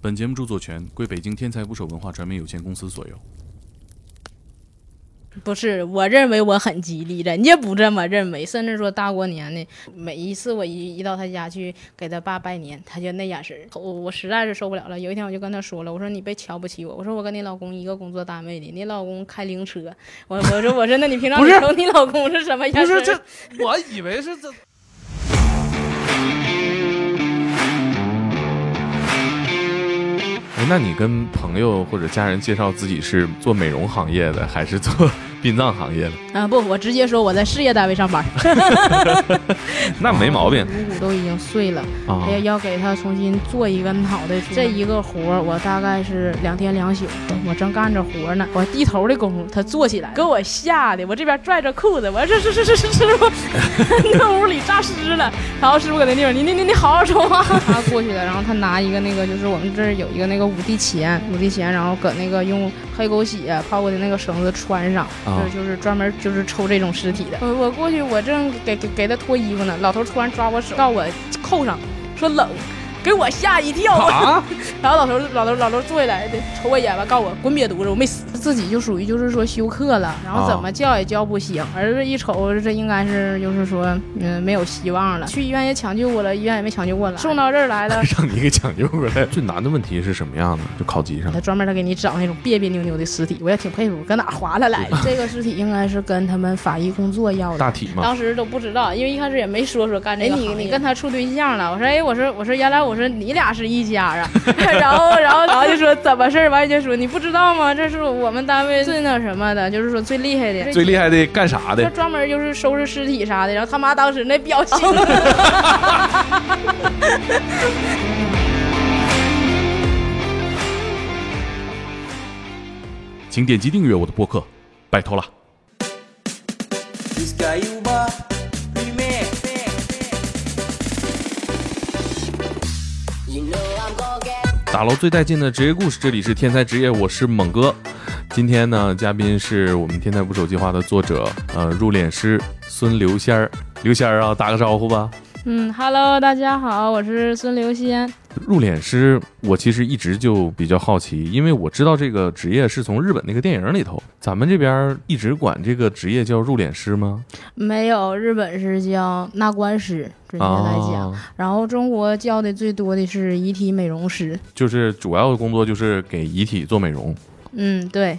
本节目著作权归北京天才捕手文化传媒有限公司所有。不是，我认为我很吉利，人家不这么认为，甚至说大过年的，每一次我一一到他家去给他爸拜年，他就那眼神儿，我我实在是受不了了。有一天我就跟他说了，我说你别瞧不起我，我说我跟你老公一个工作单位的，你老公开灵车，我我说我说那你平常不你是瞅你老公是什么样？不是这，，我以为是这。哎，那你跟朋友或者家人介绍自己是做美容行业的，还是做 殡葬行业的？啊不，我直接说我在事业单位上班，那没毛病股骨都已经碎了。啊还要要给他重新做一个脑袋。这一个活儿，我大概是两天两宿，我正干着活儿呢，我低头的功夫，他坐起来了，给我吓的，我这边拽着裤子，我说是是是是师傅，那屋里诈尸了。然后师傅搁那地方，你你你你好好说话。他过去了，然后他拿一个那个，就是我们这儿有一个那个五帝钱，五帝钱，然后搁那个用黑狗血泡过的那个绳子穿上。啊。就是就是专门就是抽这种尸体的。我我过去，我正给给给他脱衣服呢，老头突然抓我手，让我扣上，说冷，给我吓一跳。啊！ 然后老头老头老头坐下来的，瞅我一眼吧，告诉我滚瘪犊子，我没死。自己就属于就是说休克了，然后怎么叫也叫不醒。儿子一瞅，这应该是就是说嗯、没有希望了。去医院也抢救过了，医院也没抢救过了，送到这儿来了 让你给抢救过来。最难的问题是什么样的？就考级上他专门他给你找那种别别扭扭的尸体，我也挺佩服，搁哪儿划拉 来的？这个尸体应该是跟他们法医工作要的。大体嘛。当时都不知道，因为一开始也没说说干这个行业。哎你你跟他处对象了？我说哎，我说我说原来我说你俩是一家 啊，然后然后然后就说怎么事儿？完就说你不知道吗？这是我们单位最那什么的，就是说最厉害的，最厉害的干啥他的？专门就是收拾尸体啥的。然后他妈当时那表情， 请点击订阅我的播客，拜托了。 Discaiuba remix. You know I'm gon' get 打捞最带劲的职业故事，这里是天才职业，我是猛哥。今天呢，嘉宾是我们天才捕手计划的作者，呃，入殓师孙刘仙儿。刘仙儿啊，打个招呼吧。嗯，Hello，大家好，我是孙刘仙。入殓师，我其实一直就比较好奇，因为我知道这个职业是从日本那个电影里头，咱们这边一直管这个职业叫入殓师吗？没有，日本是叫纳棺师，准确来讲，啊，哦然后中国叫的最多的是遗体美容师。就是主要的工作就是给遗体做美容。嗯，对。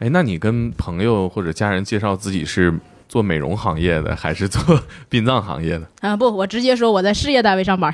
哎，那你跟朋友或者家人介绍自己是做美容行业的，还是做 殡葬行业的？啊不，我直接说我在事业单位上班。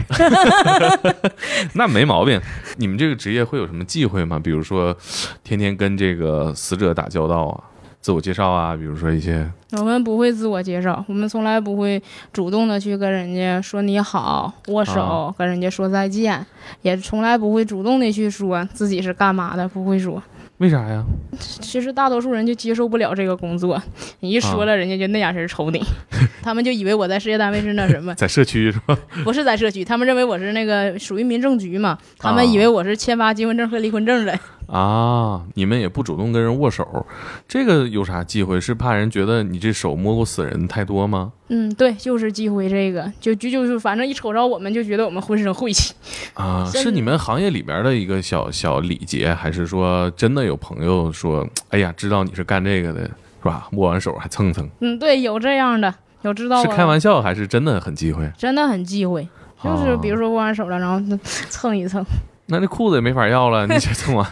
那没毛病。你们这个职业会有什么忌讳吗？比如说，天天跟这个死者打交道啊，自我介绍啊，比如说一些我们不会自我介绍，我们从来不会主动的去跟人家说你好、握手，啊跟人家说再见，也从来不会主动的去说自己是干嘛的，不会说。为啥呀？其实大多数人就接受不了这个工作，你一啊说了，人家就那眼神瞅你， 他们就以为我在事业单位是那 什么，在社区是吧？不是在社区，他们认为我是那个属于民政局嘛，他啊们以为我是签发结婚证和离婚证的。啊，你们也不主动跟人握手，这个有啥忌讳？是怕人觉得你这手摸过死人太多吗？嗯，对，就是忌讳这个，就就就是反正一瞅着我们就觉得我们浑身晦气。啊，真是你们行业里边的一个小小礼节，还是说真的有朋友说，哎呀，知道你是干这个的，是吧？握完手还蹭蹭，嗯，对，有这样的，有知道我是开玩笑还是真的很忌讳？真的很忌讳，就是哦比如说握完手了，然后蹭一蹭，那这裤子也没法要 了，你这蹭完，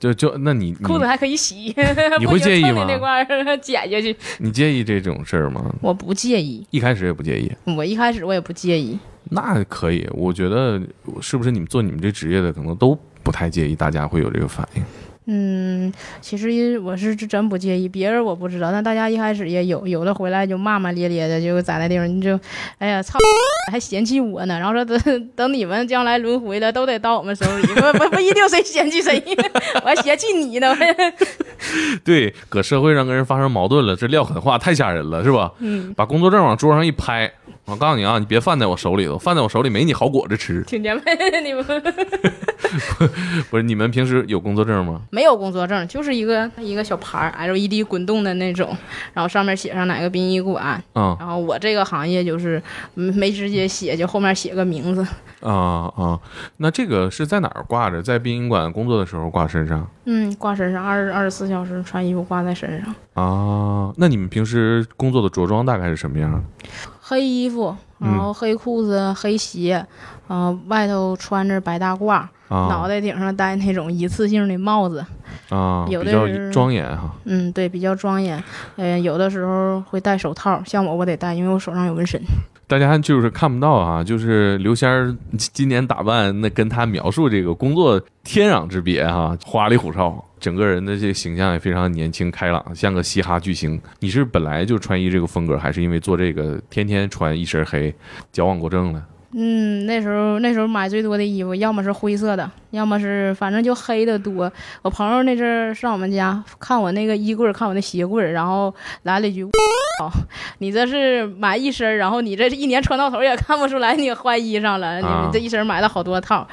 就就那你裤子还可以洗，嗯你不 会行介意蹭的吗那块儿 剪下去，你你介意这种事儿吗？我不介意，一开始也不介意，我一开始我也不介意，那可以。我觉得是不是你们做你们这职业的，可能都不太介意，大家会有这个反应。嗯，其实我是真不介意，别人我不知道，但大家一开始也有，有的回来就骂骂咧咧的，就在那地方你就，哎呀操，还嫌弃我呢，然后说等等你们将来轮回了，都得到我们手里，不不不一定谁嫌弃谁， 我还嫌弃你呢， 对，搁社会上跟人发生矛盾了，这撂狠话太吓人了，是吧？嗯，把工作证往桌上一拍，我告诉你啊，你别犯在我手里头，犯在我手里没你好果子吃。 听见没？你们。不是你们平时有工作证吗？没有工作证，就是一个一个小牌儿，LED 滚动的那种，然后上面写上哪个殡仪馆，啊然后我这个行业就是嗯没直接写，就后面写个名字。啊啊！那这个是在哪儿挂着？在殡仪馆工作的时候挂身上嗯，挂身上二二十四小时穿衣服挂在身上，啊？那你们平时工作的着装大概是什么样的？黑衣服，嗯然后黑裤子、黑鞋，嗯、外头穿着白大褂，啊，脑袋顶上戴那种一次性的帽子，啊，有比的较是庄严哈。嗯，对，比较庄严。呃，有的时候会戴手套，像我我得戴，因为我手上有纹身。大家就是看不到啊，就是刘仙儿今年打扮，那跟他描述这个工作天壤之别哈、花里胡哨，整个人的这个形象也非常年轻开朗，像个嘻哈巨星。你是本来就穿衣这个风格，还是因为做这个天天穿一身黑，矫枉过正了？嗯，那时候那时候买最多的衣服，要么是灰色的，要么是反正就黑的多。我朋友那阵儿上我们家看我那个衣柜儿，看我那鞋柜儿，然后来了一句：“哦，你这是买一身儿，然后你这一年穿到头也看不出来你换衣裳了，你啊这一身儿买了好多套。”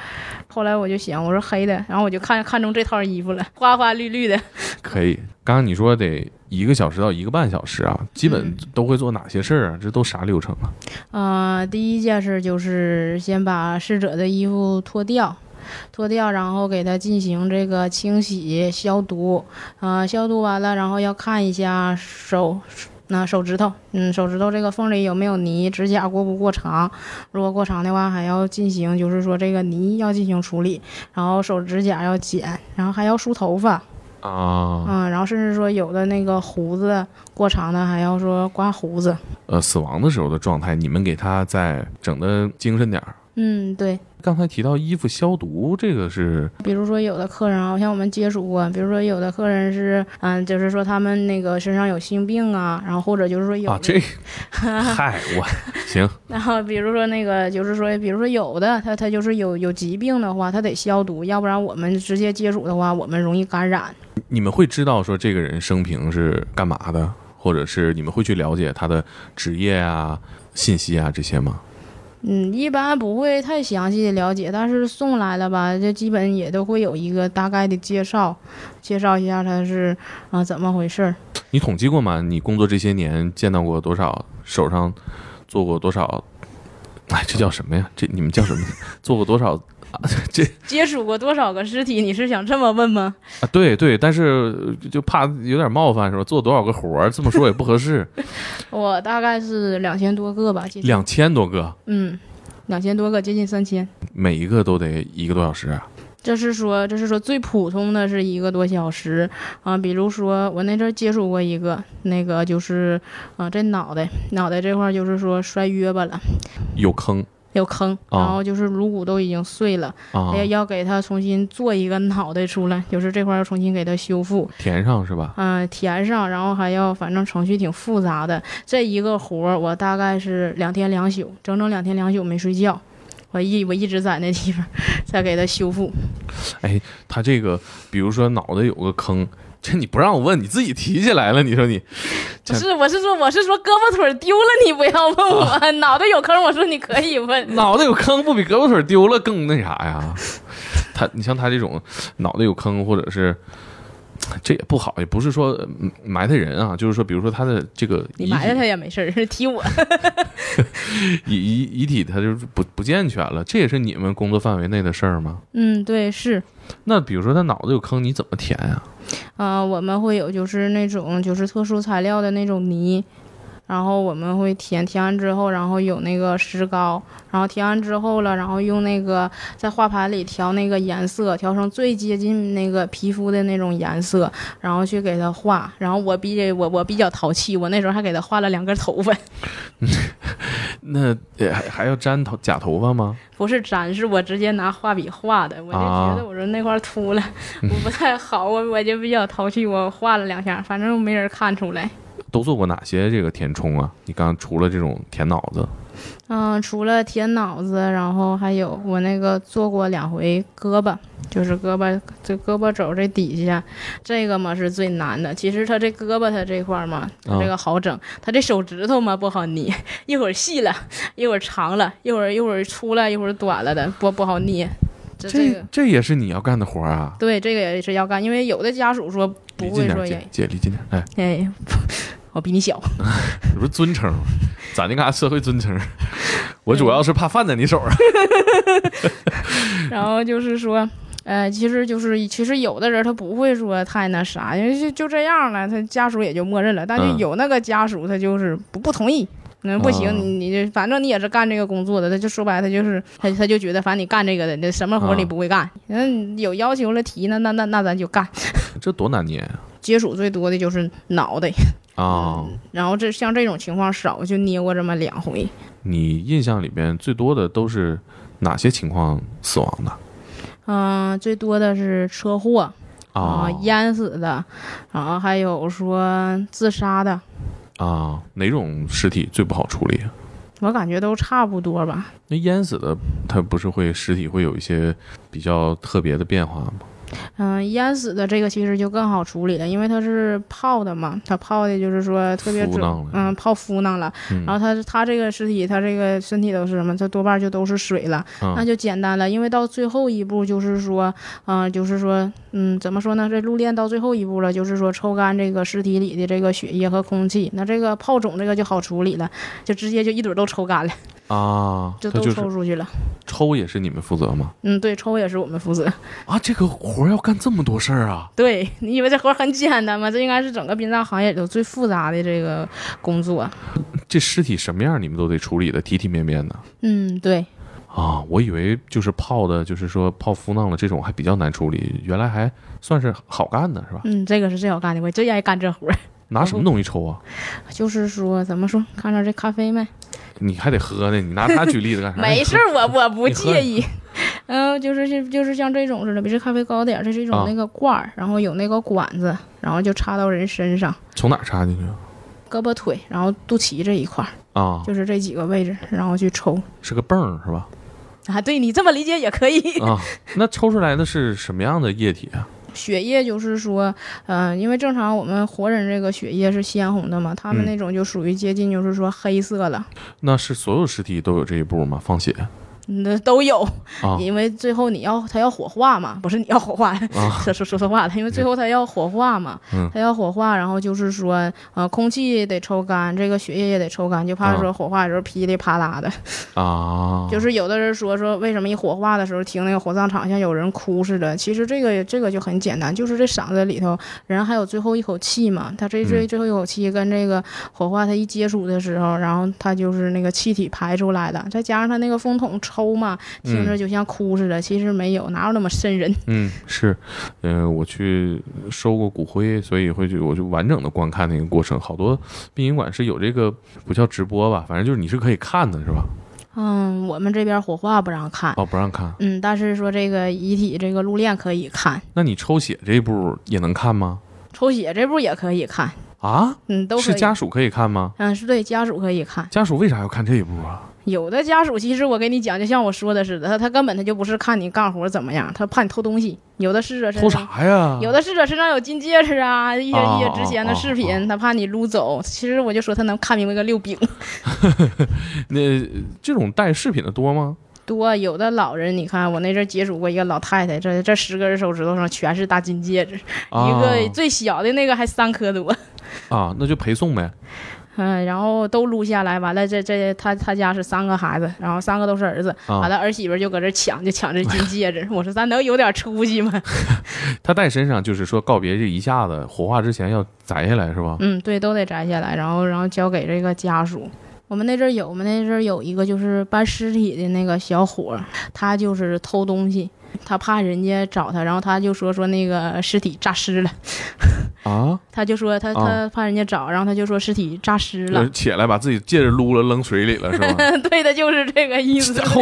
后来我就想，我说黑的，然后我就看看中这套衣服了，花花绿绿的。可以，刚刚你说得一个小时到一个半小时啊，基本嗯都会做哪些事儿啊？这都啥流程啊？呃，第一件事就是先把逝者的衣服脱掉，脱掉，然后给他进行这个清洗消毒。呃，消毒完了，然后要看一下手。那手指头，嗯，手指头这个缝里有没有泥？指甲过不过长？如果过长的话，还要进行，就是说这个泥要进行处理，然后手指甲要剪，然后还要梳头发，啊，嗯，然后甚至说有的那个胡子过长的还要说刮胡子，呃，死亡的时候的状态，你们给他再整的精神点儿。嗯，对，刚才提到衣服消毒，这个是比如说有的客人啊，像我们接触过，比如说有的客人是，嗯，就是说他们那个身上有性病啊，然后或者就是说有的，啊，这嗨，我行 然后比如说那个就是说，比如说有的他他就是有有疾病的话，他得消毒，要不然我们直接接触的话，我们容易感染。你们会知道说这个人生平是干嘛的，或者是你们会去了解他的职业啊、信息啊这些吗？嗯，一般不会太详细的了解，但是送来了吧，就基本也都会有一个大概的介绍，介绍一下他是啊、怎么回事儿。你统计过吗？你工作这些年见到过多少，手上做过多少？哎，这叫什么呀？这你们叫什么？做过多少接触过多少个尸体？你是想这么问吗？啊？对对，但是呃就怕有点冒犯，是吧？做多少个活儿，这么说也不合适。我大概是两千多个吧，接近两千多个，嗯，两千多个，接近三千。每一个都得一个多小时啊。这是说，这是说最普通的是一个多小时啊。比如说，我那阵儿接触过一个，那个就是，啊，这脑袋脑袋这块儿就是说摔约巴了，有坑有坑，哦然后就是颅骨都已经碎了，啊要、，要给他重新做一个脑袋出来，就是这块儿要重新给他修复。填上是吧？嗯、填上，然后还要，反正程序挺复杂的。这一个活儿，我大概是两天两宿，整整两天两宿没睡觉。我一我一直在那地方，在给他修复。他这个，比如说脑袋有个坑， 这你不让我问，你自己提起来了。你说 你不是，我是说，我是说胳膊腿儿丢了，你不要问我， 脑袋有坑，我说你可以问。脑袋有坑，不比胳膊腿丢了更那啥呀？他，你像他这种脑袋有坑，或者是这也不好，也不是说嗯埋汰人啊，就是说，比如说他的这个遗你体埋汰他也没事儿，是提我。遗遗遗体，他就是不不健全了，这也是你们工作范围内的事儿吗？嗯，对，是，那比如说他脑袋有坑，你怎么填啊呀、呃，我们会有就是那种就是特殊材料的那种泥，然后我们会填填完之后，然后有那个石膏，然后填完之后了，然后用那个在画盘里调那个颜色，调成最接近那个皮肤的那种颜色，然后去给它画。然后我比我我比较淘气，我那时候还给他画了两根头发， 那呃还还要粘头假头发吗？不是粘，是我直接拿画笔画的。我就觉得我说那块儿秃了， 我不太好，我我就比较淘气，我画了两下，反正没人看出来。都做过哪些这个填充啊？你刚除了这种填脑子，嗯，除了填脑子，然后还有我那个做过两回胳膊，就是胳膊这胳膊肘这底下，这个嘛是最难的。其实它这胳膊它这块儿嘛，啊它这个好整，它这手指头嘛不好捏，一会儿细了，一会儿长了，一会儿一会儿粗了，一会儿短了的，不不好捏。这这这个这也是你要干的活儿啊！对这个也是要干，因为有的家属说不离会近说点，也姐姐离近点，哎，哎， 我比你小，这不是尊 称吗？咱这嘎社会尊 称，我主要是怕犯在你手上。然后就是说，呃，其实就是其实有的人他不会说太那啥，因为就就这样了，他家属也就默认了。但是嗯有那个家属他就是不不同意。那不行，哦你你这反正你也是干这个工作的，他就说白了，他就是他他就觉得，反正你干这个的，你什么活儿你啊不会干，嗯，有要求了提，那那那那咱就干。 这多难捏接触最多的就是脑袋，啊！然后这像这种情况少，就捏过这么两回。你印象里边最多的都是哪些情况死亡的嗯、最多的是车祸，啊、哦淹死的，然后还有说自杀的，啊，哪种尸体最不好处理？我感觉都差不多吧。那淹死的，它不是会尸体会有一些比较特别的变化吗？嗯、淹死的这个其实就更好处理了，因为它是泡的嘛，它泡的就是说特别敷准弄了，嗯，泡敷弄了。嗯然后它它这个尸体，它这个身体都是什么？它多半就都是水了，嗯那就简单了。因为到最后一步就是说，嗯、就是说，嗯，怎么说呢？这入殓到最后一步了，就是说抽干这个尸体里的这个血液和空气。那这个泡肿这个就好处理了，就直接就一堆儿都抽干了。啊，就它都就抽是出去了。抽也是你们负责吗？嗯，对，抽也是我们负责。 啊，这个活儿要干这么多事儿啊！对你以为这活儿很简单吗？这应该是整个殡葬行业里头最复杂的这个工作。这尸体什么样你们都得处理的体体面面的嗯，对，啊！我以为就是泡的，就是说泡敷弄了这种还比较难处理，原来还算是好干的是吧？嗯，这个是最好干的，我最愿意干这活儿。 拿什么东西抽啊？就是说，怎么说？看上这咖啡哎没？你还得喝呢，你拿它举例子干啥？ 没事，儿，我我不你喝介意。嗯，就是就是像这种似的，比这咖啡高点儿，这是一种啊那个罐儿，然后有那个管子，然后就插到人身上，从哪儿插进去胳膊腿，然后肚脐这一块儿，啊？就是这几个位置，然后去抽。 是个泵儿是吧？啊，对你这么理解也可以。啊， 那抽出来的是什么样的液体啊？血液就是说，嗯、因为正常我们活人这个血液是鲜红的嘛，他们嗯那种就属于接近就是说黑色了，那是所有尸体都有这一步吗？放血嗯那、都有，啊因为最后你要他要火化嘛，不是你要火化，啊 说说说错话了，因为最后他要火化嘛，嗯他要火化，然后就是说，呃，空气得抽干，这个血液也得抽干，就怕说火化的时候噼里啪啦的，啊！就是有的人说说为什么一火化的时候听那个火葬场像有人哭似的，其实这个这个就很简单，就是这嗓子里头人还有最后一口气嘛，他这最嗯最后一口气跟这个火化它一接触的时候，然后它就是那个气体排出来的，再加上它那个风筒抽嘛，听着就像哭似的，其实没有，哪有那么瘆人？ 嗯，是，嗯、我去收过骨灰，所以会去，我就完整的观看那个过程。好多殡仪馆是有这个，不叫直播吧，反正就是你是可以看的，是吧？嗯，我们这边火化不让看。哦，不让看。嗯，但是说这个遗体这个入殓可以看，那你抽血这一步也能看吗？抽血这步也可以看，啊，嗯，都可是以。家属可以看吗？嗯，是对家属可以看。家属为啥要看这一步啊？有的家属其实我跟你讲，就像我说的似的，他他根本他就不是看你干活怎么样，他怕你偷东西。有的逝者身偷上，啥呀？有的逝者身上有金戒指啊，一些哦一些值钱的饰哦品，他怕你撸走。其实我就说他能看明白个六饼。那这种带饰品的多吗？多有的老人，你看我那阵儿接触过一个老太太，这这十根手指头上全是大金戒指，啊一个最小的那个还三颗多，啊，那就陪送呗。嗯，然后都撸下来，完了这这他他家是三个孩子，然后三个都是儿子，啊完了儿媳妇儿就搁这抢，就抢这金戒指。我说咱能有点出息吗？他带身上就是说告别这一下子火化之前要摘下来是吧？嗯，对，都得摘下来，然后然后交给这个家属。我们那阵儿有，我们那阵儿有一个就是搬尸体的那个小伙儿，他就是偷东西，他怕人家找他，然后他就说说那个尸体诈尸了，啊，他就说他他哦怕人家找，然后他就说尸体诈尸了呃，起来把自己戒指撸了扔水里了是吧？ 对的，就是这个意 思，然后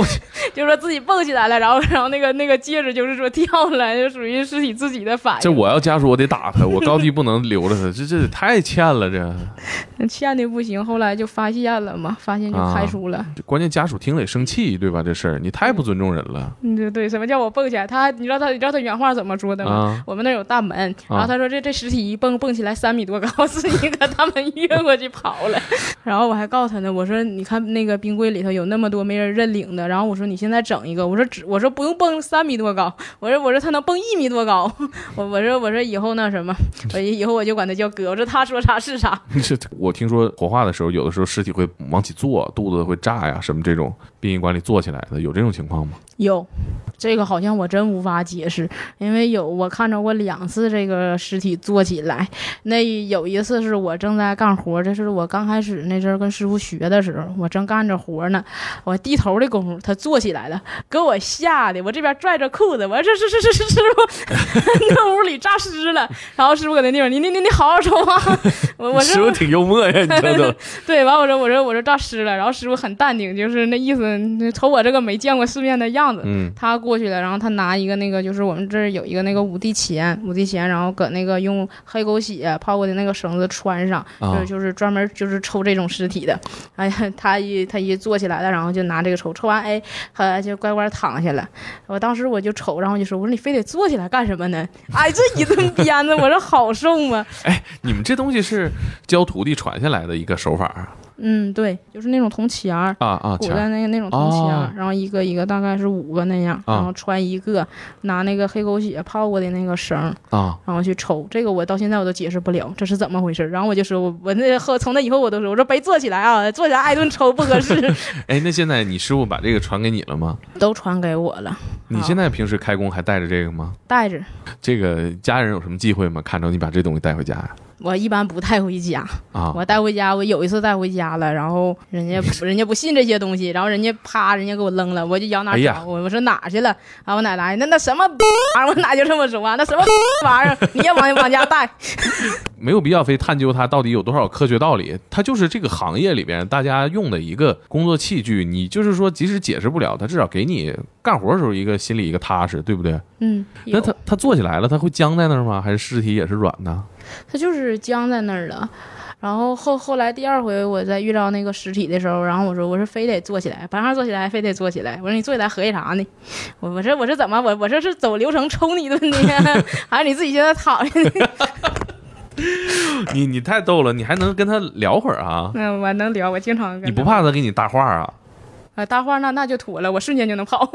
就说自己蹦起来了，然后然后那个那个戒指就是说掉了，就属于尸体自己的反这应，我要家属我得打他，我高低不能留着他，这这太欠了这，欠的不行，后来就发现了嘛，发现就啊开除了。这关键家属听了也生气对吧？这事儿你太不尊重人了嗯，对对，什么叫我蹦起来？他，你知道他，你知道他原话怎么说的吗？啊！ 我们那儿有大门，然后他说这这尸体一蹦蹦起来三米多高，自己搁他们越过去跑了。 然后我还告诉他呢，我说你看那个冰柜里头有那么多没人认领的，然后我说你现在整一个，我说只我说不用蹦三米多高，我说我说他能蹦一米多高， 我我说我说以后那什么，我以后我就管他叫哥，我说他说啥是啥。这我听说火化的时候，有的时候尸体会往起坐，肚子会炸呀，什么这种殡仪馆里坐起来的，有这种情况吗？ 有，这个好像我真无法解释，因为有我看着过两次这个尸体坐起来，那有一次是我正在干活，这是我刚开始那阵儿跟师傅学的时候，我正干着活呢，我低头的功夫他坐起来了，给我吓得我这边拽着裤子，我说这是是是是师傅， 那屋里诈尸了，然后师傅搁那地方，你你你你好好说话，我我师说傅挺幽默呀，你瞅瞅，对，完我说我说我说诈尸了，然后师傅很淡定，就是那意思，你瞅我这个没见过世面的样子， 嗯，他过去了，然后他拿一个那个，就是我们这儿有一个那个五帝钱，五帝钱，然后搁那个用黑狗血泡过的那个绳子穿上，啊就是就是专门就是抽这种尸体的。 哎呀，他一他一坐起来了，然后就拿这个抽，抽完哎，他就乖乖躺下了。我当时我就瞅，然后我就说，我说你非得坐起来干什么 呢？哎，这一顿鞭子，我说好受吗？ 你们这东西是教徒弟传下来的一个手法啊嗯，对，就是那种铜钱儿，啊啊！古钱代儿那个那种铜钱儿哦，然后一个一个大概是五个那样，啊然后穿一个，拿那个黑狗血泡过的那个绳儿，啊，然后去抽。这个我到现在我都解释不了，这是怎么回事儿。然后我就说，我我那后从那以后我都说，我说别坐起来啊，坐起来挨顿抽不 合适。哎，那现在你师傅把这个传给你了吗？都传给我了，你好现在平时开工还带着这个吗？带着。这个家人有什么忌讳吗？看着你把这东西带回家呀？我一般不带回家，啊，我带回家，我有一次带回家了，然后人家人家不信这些东西，然后人家啪，人家给我扔了，我就摇哪哎呀找我、我说哪儿去了？啊，我奶奶那那什么玩意儿，我奶就这么说啊，那什么玩意儿，你也往往家带，没有必要非探究它到底有多少科学道理，它就是这个行业里边大家用的一个工作器具。你就是说，即使解释不了，它至少给你干活的时候一个心里一个踏实，对不对？嗯，那有它它坐起来了，它会僵在那儿吗？还是尸体也是软的？他就是僵在那儿了。然后后后来第二回我在遇到那个尸体的时候，然后我说我说非得坐起来，不让坐起来非得坐起来。我说你坐起来合计啥呢？我我这我这怎 么我我这是走流程抽你一顿 呢，还是你自己现在躺下呢？你你太逗了，你还能跟他聊会儿啊？那嗯我能聊，我经常跟你不他怕他给你搭话啊？啊，大话那那就妥了，我瞬间就 能跑。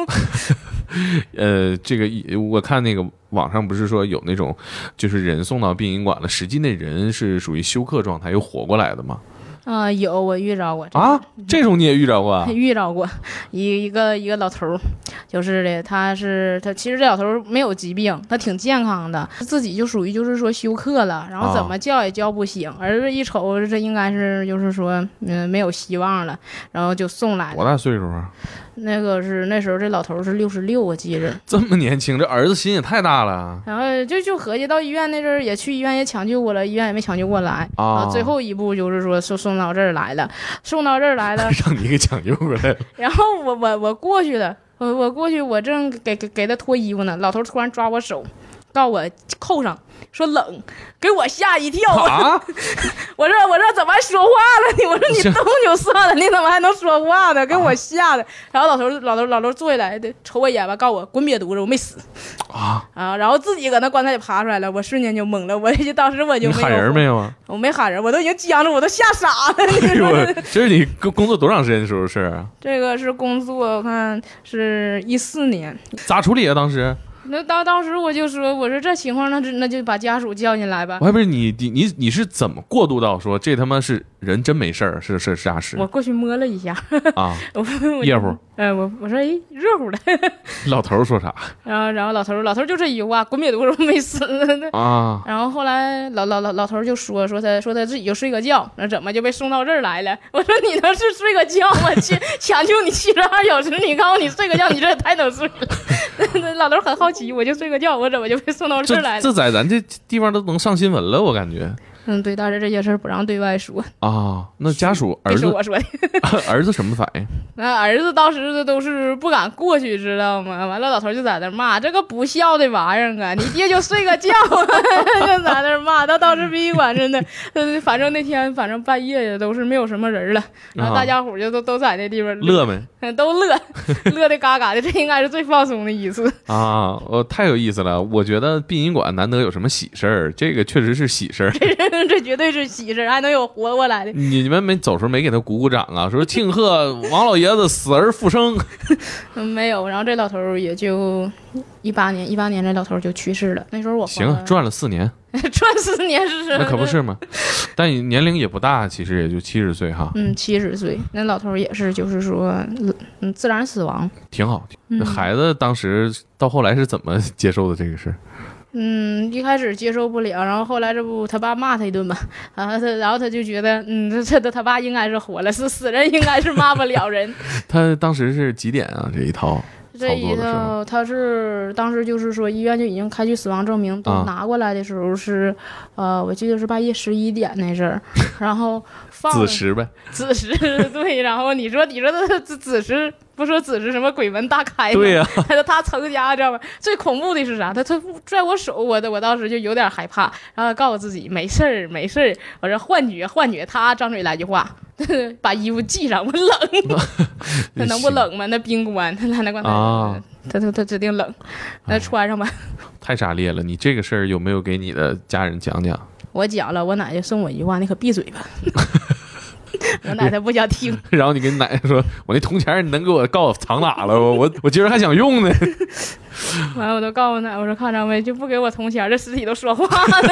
呃，这个一我看那个网上不是说有那种，就是人送到殡仪馆了，实际那人是属于休克状态又活过来的吗？啊、有我遇着过，啊，这种你也遇着过啊？ 遇着过一一个一个老头儿，就是的，他是他其实这老头儿没有疾病，他挺健康的，自己就属于就是说休克了，然后怎啊么叫也叫不醒，儿子一瞅这应该是就是说嗯、没有希望了，然后就送来多了。大岁数啊？那个是那时候这老头儿是六十六，我记着。这么年轻，这儿子心也太大了 然后就就合计到医院那阵儿也去医院也抢救过了，医院也没抢救过来啊最后一步就是说送送到这儿来了，送到这儿来了，让你给抢救过 来了。然后我我我过去了，我我过去，我正给给给他脱衣服呢，老头突然抓我手，告我扣上，说冷，给我吓一跳。啊！ 我说我说怎么还说话了 你？我说你是啊动就算了，你怎么还能说话呢？给我吓的。然后老头老头老头坐下来，瞅我一眼吧，告我滚瘪犊子，我没死啊啊。然后自己搁那棺材里爬出来了，我瞬间就懵了，我就当时我就你没喊有人没有 啊？我没喊人，我都已经僵着，我都吓傻了。你哎呦说喂这，这是你工工作多长时间的时候是啊？ 这个是工作，我看是一四年。咋处理啊？当时 那当当时我就说，我说这情况，那就那就把家属叫进来吧我。还不是你你你你是怎么过渡到说这他妈是人真没事儿是是是诈尸我过去摸了一下， 啊？我我夜壶，呃，我我说哎，热乎的， 老头儿说啥然后然后老头儿老头儿就这一句话，滚瘪犊子，我没死。 啊？然后后来老老老老头儿就说说他说他自己就睡个觉，那怎么就被送到这儿来了？ 我说你能是睡个觉吗？ 去抢救你七十二小时，你告诉你睡个觉，你这也太能睡了。 那老头儿很好奇，我就睡个觉，我怎么就被送到这儿来这了？这在咱这地方都能上新闻了，我感觉嗯，对，但是这些事儿不让对外说，啊，那家属儿这子是我说的。 儿子什么反 应？那儿子当时都是不敢过去，知道吗？完了，老头就在那骂：“这个不孝的玩意儿啊！你爹就睡个觉，啊 就在那骂。”到当时殡仪馆真的，呃反正那天反正半夜也都是没有什么人了，然后大家伙就都都在那地方啊乐没？都 乐， 乐的嘎嘎的。这应该是最放松的一次。 啊，我、太有意思了！我觉得殡仪馆难得有什么喜事儿，这个确实是喜事儿。这绝对是喜事，还能有活过来的。你们没走时候没给他鼓鼓掌啊？说庆贺王老爷子死而复 生。嗯，没有。然后这老头儿也就一八年，一八年这老头儿就去世了。那时候我行，赚了四年， 转四年是什那么？可不是嘛。但你年龄也不大，其实也 就七十岁哈，嗯，七十岁，那老头儿也是，就是说，嗯，自然死亡。挺好。嗯那孩子当时到后来是怎么接受的这个事 儿？嗯，一开始接受不了，然后后来这不他爸骂他一顿嘛，然后他，然后他就觉得，嗯，这这他爸应该是活了，是死人应该是骂不了人。他当时是几点啊？这一套这一操作的时套候他是当时就是说医院就已经开具死亡证明，都啊拿过来的时候是，呃，我记得是半夜十一点那阵儿，然后放子时呗。子时对，然后你说你说他子子时不说子时什么鬼门大开吗？对呀、他他曾家知道吧？最恐怖的是啥？他他拽我手，我的我当时就有点害怕，然后告诉自己没事儿没事儿，我说幻觉幻觉。他张嘴来句话， 把衣服系上，我冷，他能不冷吗？那冰棺，他那棺材，哎 啊他他他指定冷，那穿上吧。太炸裂了！你这个事儿有没有给你的家人讲讲？ 我讲了，我奶奶送我一句话，你可闭嘴吧。我奶奶不想听，然后你跟你奶奶说，我那铜钱儿你能给我告诉我藏哪了？我我我今儿还想用呢。 完了我都告诉我奶奶，我说看张呗，就不给我铜钱儿，这尸体都说话了。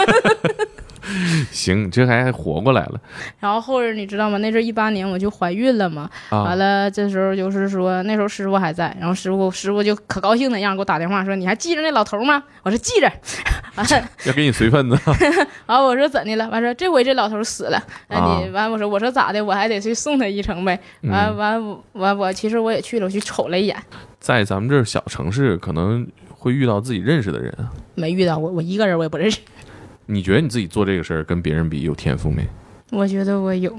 行，这还活过来了然后后边你知道吗？那阵一八年我就怀孕了嘛，啊完！了，这时候就是说，那时候师傅还在，然后师傅师傅就可高兴那样给我打电话说：“你还记着那老头吗？”我说：“记着。 完了，要给你随份子完了我说怎的了？完说这回这老头死了，那啊你完我说我说咋的？我还得去送他一程呗。完嗯完我完我其实我也去了，我去瞅了一眼，在咱们这儿小城市，可能会遇到自己认识的人。啊没遇到我，我一个人我也不认识。 你觉得你自己做这个事儿跟别人比有天赋没？我觉得我有，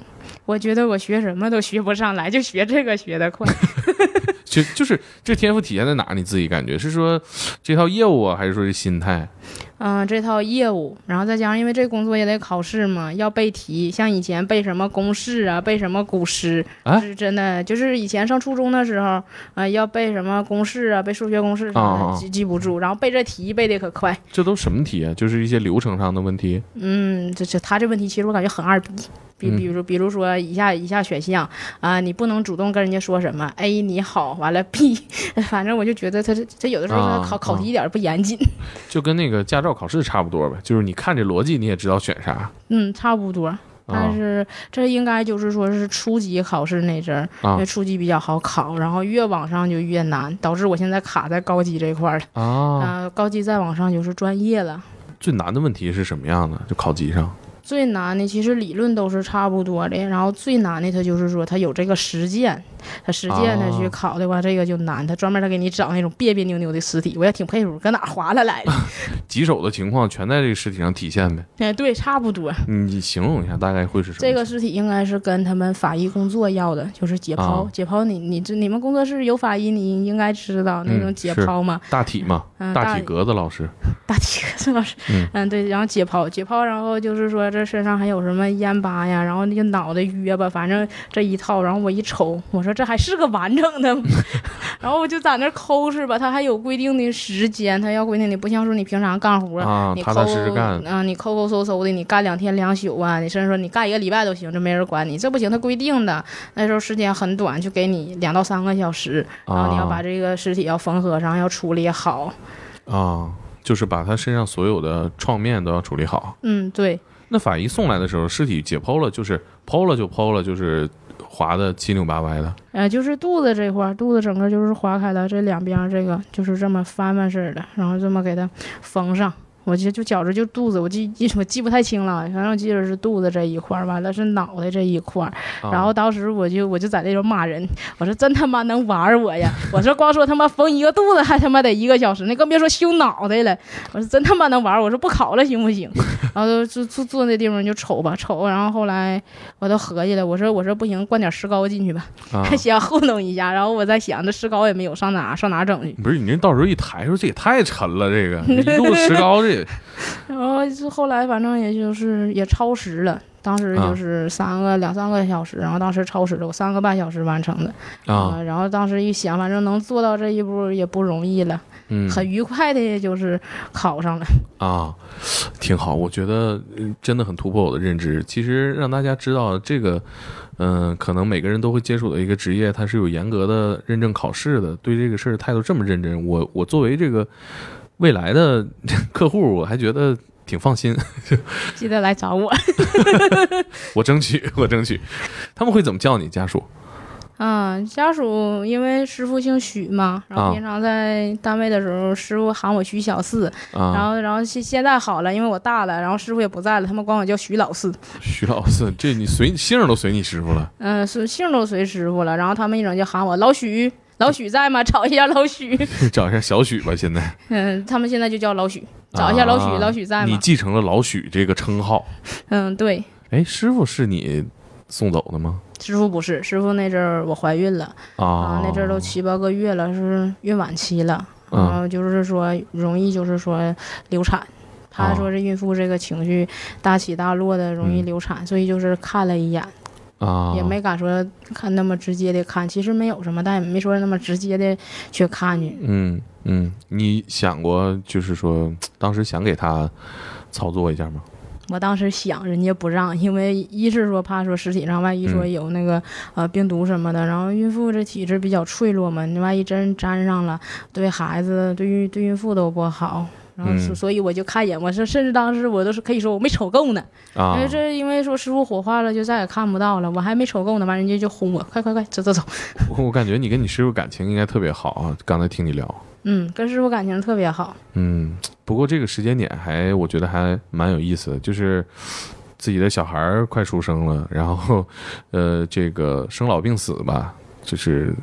我觉得我学什么都学不上来，就学这个学得快。就就是这天赋体现在哪儿？你自己感觉是说这套业务啊，还是说这心态？嗯，这套业务，然后再加上因为这工作也得考试嘛，要背题，像以前背什么公式啊，背什么古诗，啊是真的，就是以前上初中的时候，啊、要背什么公式啊，背数学公式啥的，啊啊啊记记不住，然后背这题背的可快，这都什么题啊？就是一些流程上的问题。嗯，这这他这问题其实我感觉很二逼。比嗯比如比如说以下以下选项啊、你不能主动跟人家说什么 A 你好，完了 B，反正我就觉得他这这有的时候他啊考、考啊题一点儿不严谨，就跟那个驾照考试差不多呗，就是你看这逻辑，你也知道选啥嗯，差不多。但啊是这应该就是说是初级考试那阵儿，因啊为初级比较好考，然后越往上就越难，导致我现在卡在高级这块儿了。啊！啊，高级再往上就是专业了。最难的问题是什么样的？就考级上最难的其实理论都是差不多的，然后最难的它就是说它有这个实践，它实践它去哦考的话，这个就难。它专门它给你找那种别别扭扭的尸体，我也挺佩服，搁哪儿划拉来的？ 棘手的情况全在这个尸体上体现呗。哎，对，差不多。你形容一下，大概会是什么？这个尸体应该是跟他们法医工作要的，就是解剖。啊解剖你，你这你们工作室有法医，你应该知道那嗯种解是剖嘛。大体嘛，嗯，大大体格子老师大体格子老师，嗯对，然后解剖，解剖，然后就是说这身上还有什么烟疤呀，然后那个脑袋约吧，反正这一套。然后我一瞅，我说这还是个完整的 吗，然后我就在那儿抠是吧？他还有规定的时间，他要规定的，不像说你平常干活，啊，你抠踏踏实实干。啊，你抠抠搜搜的，你干两天两宿啊，你甚至说你干一个礼拜都行，这没人管你，这不行，他规定的。那时候时间很短，就给你两到三个小时，然后你要把这个尸体要缝合上，要处理好。啊，就是把他身上所有的创面都要处理好。嗯，对，那法医送来的时候，尸体解剖了，就是剖了就剖了，就是划的七扭八歪的。呃，就是肚子这块儿，肚子整个就是划开了，这两边儿这个就是这么翻翻似的，然后这么给它缝上。我记得就觉着就肚子，我记记我记不太清了，反正我记得是肚子这一块儿，完了是脑袋这一块儿，啊然后当时我就我就在那边骂人， 我说真他妈能玩儿我呀！ 我说光说他妈缝一个肚子还他妈得一个小时，那更别说修脑袋了。我说真他妈能玩儿，我说不考了行不行？ 然后就坐坐那地方就瞅吧瞅，然后后来我都合计了，我说我说不行，灌点石膏进去吧，啊 想糊弄一下。然后我在想，这石膏也没有，上哪儿上哪儿整去？不是你这到时候一抬说这也太沉了， 这个一肚子石膏这然后就后来反正也就是也超时了。当时啊就是三个、两三个小时，然后当时超时了，我三个半小时完成的。啊，然后当时一想，反正能做到这一步也不容易了，嗯很愉快的就是考上了。啊，挺好，我觉得呃真的很突破我的认知。其实让大家知道这个，嗯、可能每个人都会接触的一个职业，它是有严格的认证考试的。对这个事儿态度这么认真，我我作为这个未来的 客户，我还觉得挺放心。 记得来找我。 我争取， 我争取。他们会怎么叫你家属？嗯，家属因为师傅姓许嘛，然啊后平常在单位的时候，师傅喊我许小四，然啊，后然后现现在好了，因为我大了，然后师傅也不在了，他们管我叫许老四。徐老四，这你随姓儿都随你师傅了。 嗯，是姓都随师傅了，然后他们一整就喊我老许。老许在吗？ 找一下老许。找一下小许吧，现在嗯，他们现在就叫老许，找一下老许。啊老许在你吗？继承了老许这个称号。嗯，对。哎，师傅是你送走的吗？师傅不是，师傅那阵儿我怀孕了，啊啊，，那阵儿都七八个月了，是孕晚期了，嗯然后就是说容易就是说流产。他说这孕妇这个情绪大起大落的，容易啊嗯流产，所以就是看了一眼，啊，也没敢说看那么直接的看，其实没有什么，但也没说那么直接的去看去。嗯嗯，你想过就是说，当时想给他操作一下吗？我当时想，人家不让，因为一是说怕说尸体上万一说嗯有那个、呃病毒什么的，然后孕妇这体质比较脆弱嘛，你万一真沾上了，对孩子、对孕对孕妇都不好。然后所嗯所以我就看一眼，我是甚至当时我都是可以说我没瞅够呢，因啊为，这因为说师傅火化了就再也看不到了，我还没瞅够呢，完人家就轰我，快快快走走走，我我感觉你跟你师傅感情应该特别好啊。刚才听你聊，嗯，跟师傅感情特别好，嗯，不过这个时间点还我觉得还蛮有意思的，就是。自己的小孩儿快出生了，然后，呃，这个生老病死吧，就是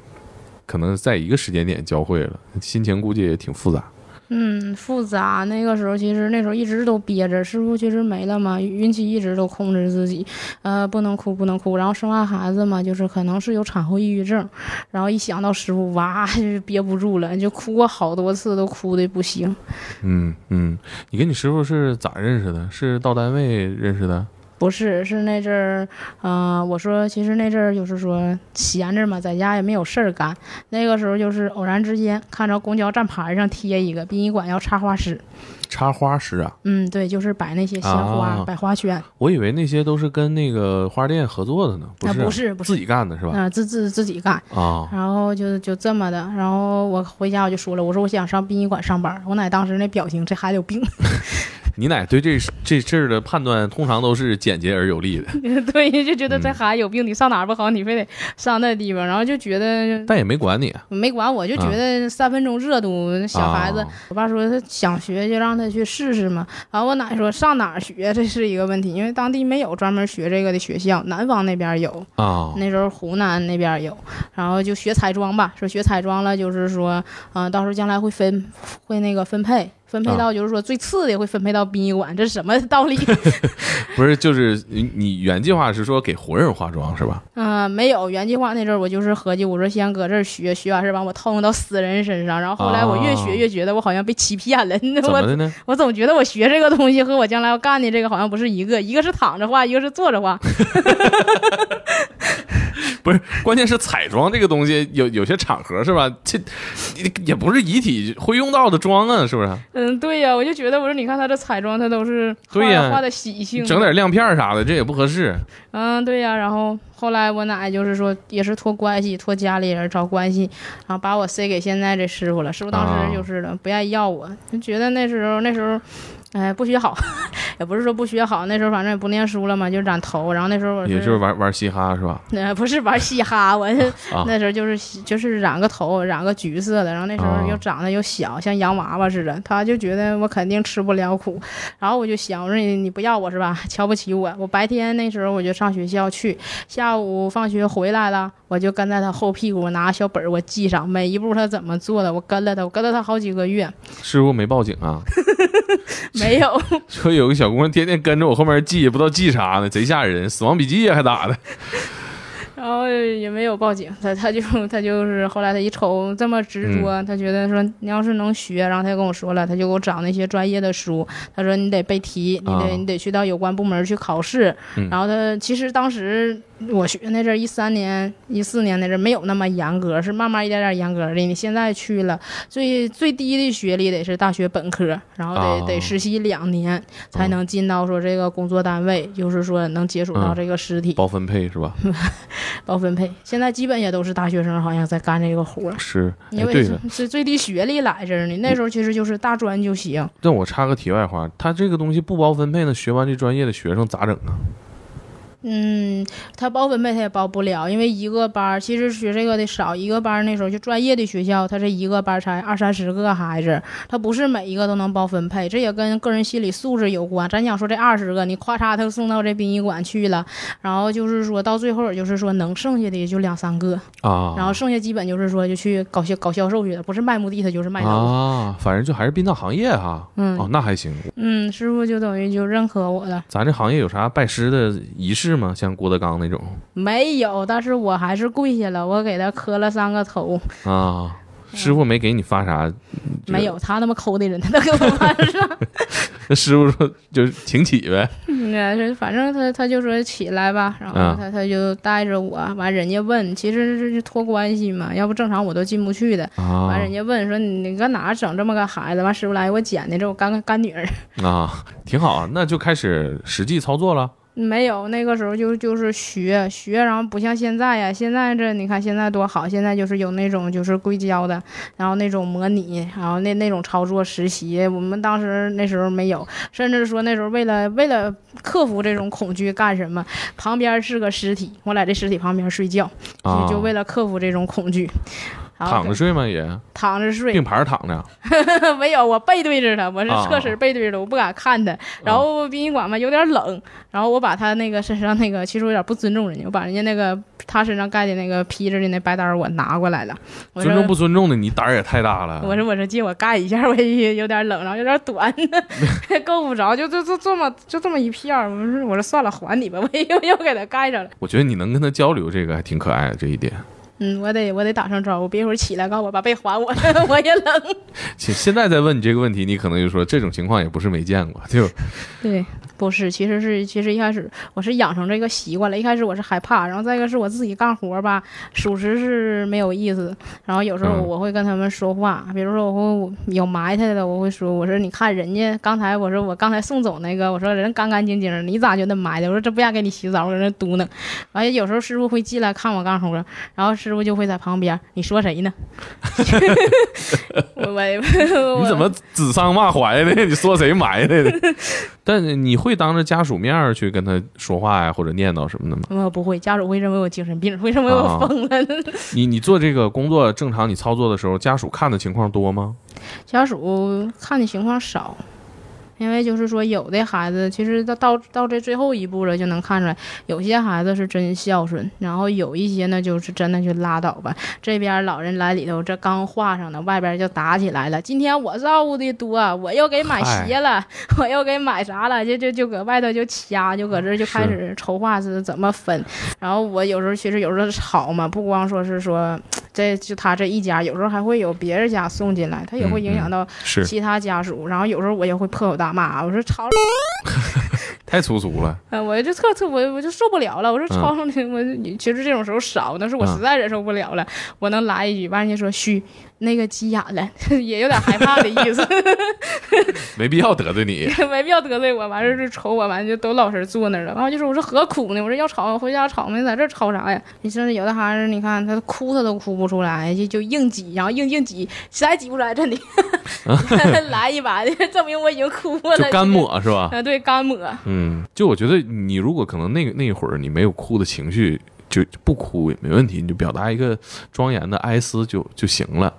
可能在一个时间点交汇了，心情估计也挺复杂。嗯，复杂。那个时候其实那时候一直都憋着，师傅其实没了嘛，孕期一直都控制自己，呃，不能哭，不能哭。然后生完孩子嘛，就是可能是有产后抑郁症，然后一想到师傅，哇， 就是憋不住了，就哭过好多次，都哭的不行。嗯嗯，你跟你师傅是咋认识的？是到单位认识的？不是，是那阵儿，嗯、我说其实那阵儿就是说闲着嘛，在家也没有事儿干。那个时候就是偶然之间看着公交站牌上贴一个殡仪馆要插花师，插花师啊？嗯，对，就是摆那些鲜花、啊摆花圈。我以为那些都是跟那个花店合作的呢，不啊是啊、不是不嗯是自己干的是吧？嗯、自自自己干，啊然后就就这么的，然后我回家我就说了，我说我想上殡仪馆上班，我奶当时那表情，这孩子有病， 你奶对这这事儿的判断通常都是简洁而有力嗯的，对，就觉得嗯这孩子有病，你上哪儿不好，你非得上那地方，然后就觉得但也没管你。啊没管我，就觉嗯得三分钟热度，小孩子，啊我爸说他想学就让他去试试嘛，然后我奶说上哪儿学这是一个问题，因为当地没有专门学这个的学校，南方那边有，啊那时候湖南那边有，然后就学彩妆吧，说学彩妆了，就是说，嗯、到时候将来会分，会那个分配，分啊配到就是说最次的会分配到殡仪馆，这是什么道理？ 不是，就是你你原计划是说给活人化妆是吧？嗯、没有原计划那阵儿，我就是合计，我说先搁这儿学，学完事儿完我套用到死人身上，然后后来我越学越觉得我好像被欺骗了， 那啊怎么 我的呢？我总觉得我学这个东西和我将来要干的这个好像不是一个，一个是躺着画，一个是坐着画， 不是，关键是彩妆这个东西有有些场合是吧？这也不是遗体会用到的妆啊，是不是？嗯，对呀、我就觉得我说你看他这彩妆，他都是画对呀画的喜庆，整点亮片儿啥的，这也不合适。嗯，对呀、然后后来我奶就是说，也是托关系，托家里人找关系，然后把我塞给现在这师啊傅了。师傅当时就是了，不愿意要我，就觉得那时候那时候，哎，不学好， 也不是说不学好，那时候反正也不念书了嘛，就染头。然后那时候我也就是玩玩嘻哈是吧？那 不是玩嘻哈，我是啊那时候就是就是染个头，染个橘色的，然后那时啊候又长得又小，像洋娃娃似的，他就觉得我肯定吃不了苦，然后我就想，我说你你不要我是吧？ 瞧不起我，我白天那时候我就上学校去，下午放学回来了，我就跟在他后屁股拿小本儿我记上每一步他怎么做的，我跟了他，我跟了他好几个月，师傅没报警啊？ 没有，说有个小姑娘天天跟着我后面记，也不知道记啥呢，贼吓人，死亡笔记呀啊还打的。然后也没有报警，他他就他就是后来他一瞅这么执着，嗯他觉得说你要是能学，然后他就跟我说了，他就给我找那些专业的书，他说你得背题，你啊得你得去到有关部门去考试。嗯然后他其实当时我学那阵儿一三年一四年那阵儿没有那么严格，是慢慢一点点严格的。你现在去了最最低的学历得是大学本科，然后得、啊得实习两年才能进到说这个工作单位，就是说能接触嗯到这个实体。包分配是吧？包分配，现在基本也都是大学生，好像在干这个活儿，是，哎因为对是了，嗯是最低学历来这儿呢。那时候其实就是大专就行，但我插个题外话，他这个东西不包分配呢，学完这专业的学生咋整啊？嗯，他包分配他也包不了，因为一个班儿其实学这个的少，一个班儿那时候就专业的学校，他是一个班儿才二三十个孩子，他不是每一个都能包分配，这也跟个人心理素质有关。咱想说这二十个，你咔嚓他送到这殡仪馆去了，然后就是说到最后，也就是说能剩下的也就两三个，啊，然后剩下基本就是说就去搞销搞销售去了，不是卖墓地，他就是卖楼。啊，反正就还是殡葬行业哈。嗯哦，那还行。嗯，师傅就等于就认可我了，咱这行业有啥拜师的仪式吗？像郭德纲那种没有，但是我还是跪下了，我给他磕了三个头，啊？嗯师傅没给你发啥？这个没有，他那么抠的人，他都给我办上。那师傅说就是请起呗。 嗯，是反正他他就说起来吧，然后啊他、他就带着我，完人家问，其实是是托关系嘛，要不正常我都进不去的。啊完人家问说你你搁哪儿整这么个孩子？完师傅来我捡的，这我干干女儿。啊，挺好啊，那就开始实际操作了。没有，那个时候就就是学学，然后不像现在呀，现在这你看现在多好，现在就是有那种就是硅胶的，然后那种模拟，然后那那种操作实习，我们当时那时候没有，甚至说那时候为了为了克服这种恐惧干什么，旁边是个尸体，我在这尸体旁边睡觉，啊，就就为了克服这种恐惧，然后躺着睡吗？也躺着睡，并排躺着。 没有，我背对着他，我是啊侧身背对着，我不敢看他。然后殡仪馆嘛有点冷，然后我把他那个身上那个，其实我有点不尊重人家，我把人家那个他身上盖的那个披着的那白单儿我拿过来了。我尊重说不尊重的，你胆儿也太大了。我说我说借我盖一下，我也有点冷，然后有点 短，够不着，就就就这么就这么一片儿。我说我说算了，还你吧，我又又给他盖上了。我觉得你能跟他交流，这个还挺可爱的这一点。嗯，我得我得打声招呼，别一会儿起来告诉我把被还我， 我也冷。现现在再问你这个问题，你可能就说这种情况也不是没见过，就对，不是，其实是其实一开始我是养成这个习惯了，一开始我是害怕，然后再一个是我自己干活吧，属实是没有意思。然后有时候嗯我会跟他们说话，比如说我会有埋汰的，我会说，我说你看人家刚才，我说我刚才送走那个，我说人干干净净的，你咋就那埋汰？我说这不愿给你洗澡，我搁那嘟囔。完了有时候师傅会进来看我干活，然后师傅就会在旁边，你说谁 呢？我我我你怎么指桑骂槐的？ 你说谁埋汰 的？但你会当着家属面儿去跟他说话呀，或者念叨什么的吗？我不会，家属会认为我精神病，会认为我啊疯了。你你做这个工作正常，你操作的时候，家属看的情况多吗？家属看的情况少，因为就是说，有的孩子其实到到到这最后一步了，就能看出来，有些孩子是真孝顺，然后有一些呢就是真的就拉倒吧。这边老人来里头，这刚画上呢，外边就打起来了。今天我照顾的多，我又给买鞋了，我又给买啥了，就就就搁外头就掐，就搁这儿就开始筹划是怎么分。然后我有时候其实有时候吵嘛，不光说是说。这就他这一家，有时候还会有别人家送进来，他也会影响到是其他家属，然后有时候我也会破口大骂，我说吵，太粗俗了。呃我就特特我我就受不了了，我说嗯 吵你，我其实这种时候少，但是我嗯实在忍受不了了，我能来一句，完人家说嘘，那个急眼了， 也有点害怕的意思，没必要得罪 你。没必要得罪我。完事儿就瞅我，完就都老实坐那儿了。完我就说我说何苦呢？我说要吵回家吵没在这儿吵啥呀？你说有的孩子，你看他哭他都哭不出来，就就硬挤，然后硬硬挤，实在挤不出来，真 的来一把， 证明我已经哭过就了。干抹是吧？啊，对，干抹。嗯，就我觉得你如果可能那个那一会儿你没有哭的情绪，就不哭也没问题，你就表达一个庄严的哀思就就行了。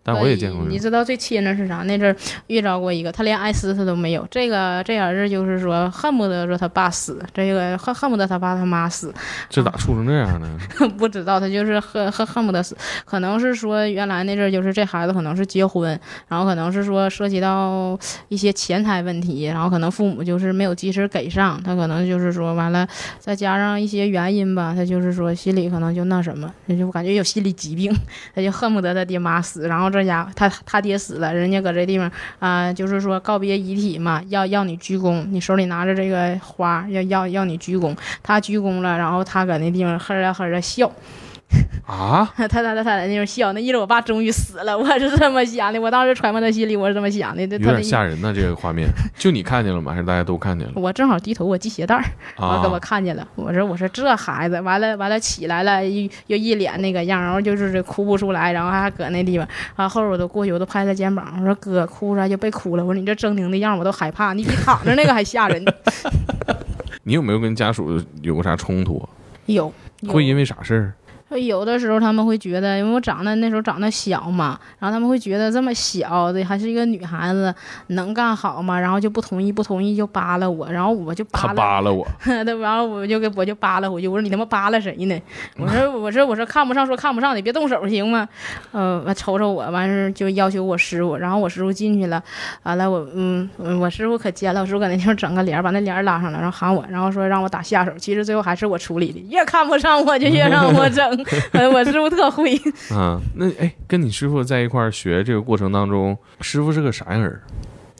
但我也见过哎有你知道最气人是啥？那阵儿遇着过一个，他连艾斯他都没有。这个这儿子就是说，恨不得说他爸死，这个恨恨不得他爸他妈死，这咋处成这样呢？不知道他就是恨恨恨不得死。可能是说原来那阵儿就是这孩子可能是结婚，然后可能是说涉及到一些钱财问题，然后可能父母就是没有及时给上，他可能就是说完了，再加上一些原因吧，他就是说心里可能就那什么，他就感觉有心理疾病。 他就恨不得他爹妈死，然后这家伙他他爹死了，人家搁这地方啊、就是说告别遗体嘛，要要你鞠躬，你手里拿着这个花，要要要你鞠躬，他鞠躬了，然后他搁那地方呵着呵着笑， 啊，他他他他在那地方笑，那意思我爸终于死了，我是这么想的，我当时揣摩他心里，我是这么想的，这有他点的。吓人呐、这个画面，就你看见了吗？还是大家都看见了？我正好低头，我系鞋带儿，我啊给，我看见了。我说我说这孩子，完了完了起来了，一又一脸那个样，然后就是这哭不出来，然后还搁那地方。啊，后边我都过去，我都拍他肩膀，我说哥，哭出来就别哭了。我说你这狰狞的样儿我都害怕，你比躺着那个还吓人。你有没有跟家属有过啥冲突啊？ 有有会因为啥事儿？有的时候他们会觉得，因为我长得那时候长得小嘛，然后他们会觉得这么小的还是一个女孩子能干好吗？然后就不同意，不同意就扒拉我，然后我就扒他拉扒拉我， 对，然后我就给我就扒拉回去，我说你他妈扒拉谁呢？我说我说我说看不上说看不上你别动手行吗？呃，完瞅瞅我，完事儿就要求我师傅，然后我师傅进去了，完了我嗯嗯我师傅可尖了，我师傅搁那地方整个帘儿把那帘儿拉上了，然后喊我，然后说让我打下手，其实最后还是我处理的，越看不上我就越让我整， 呃我师傅特会，啊，那哎，跟你师傅在一块儿学这个过程当中，师傅是个啥样人？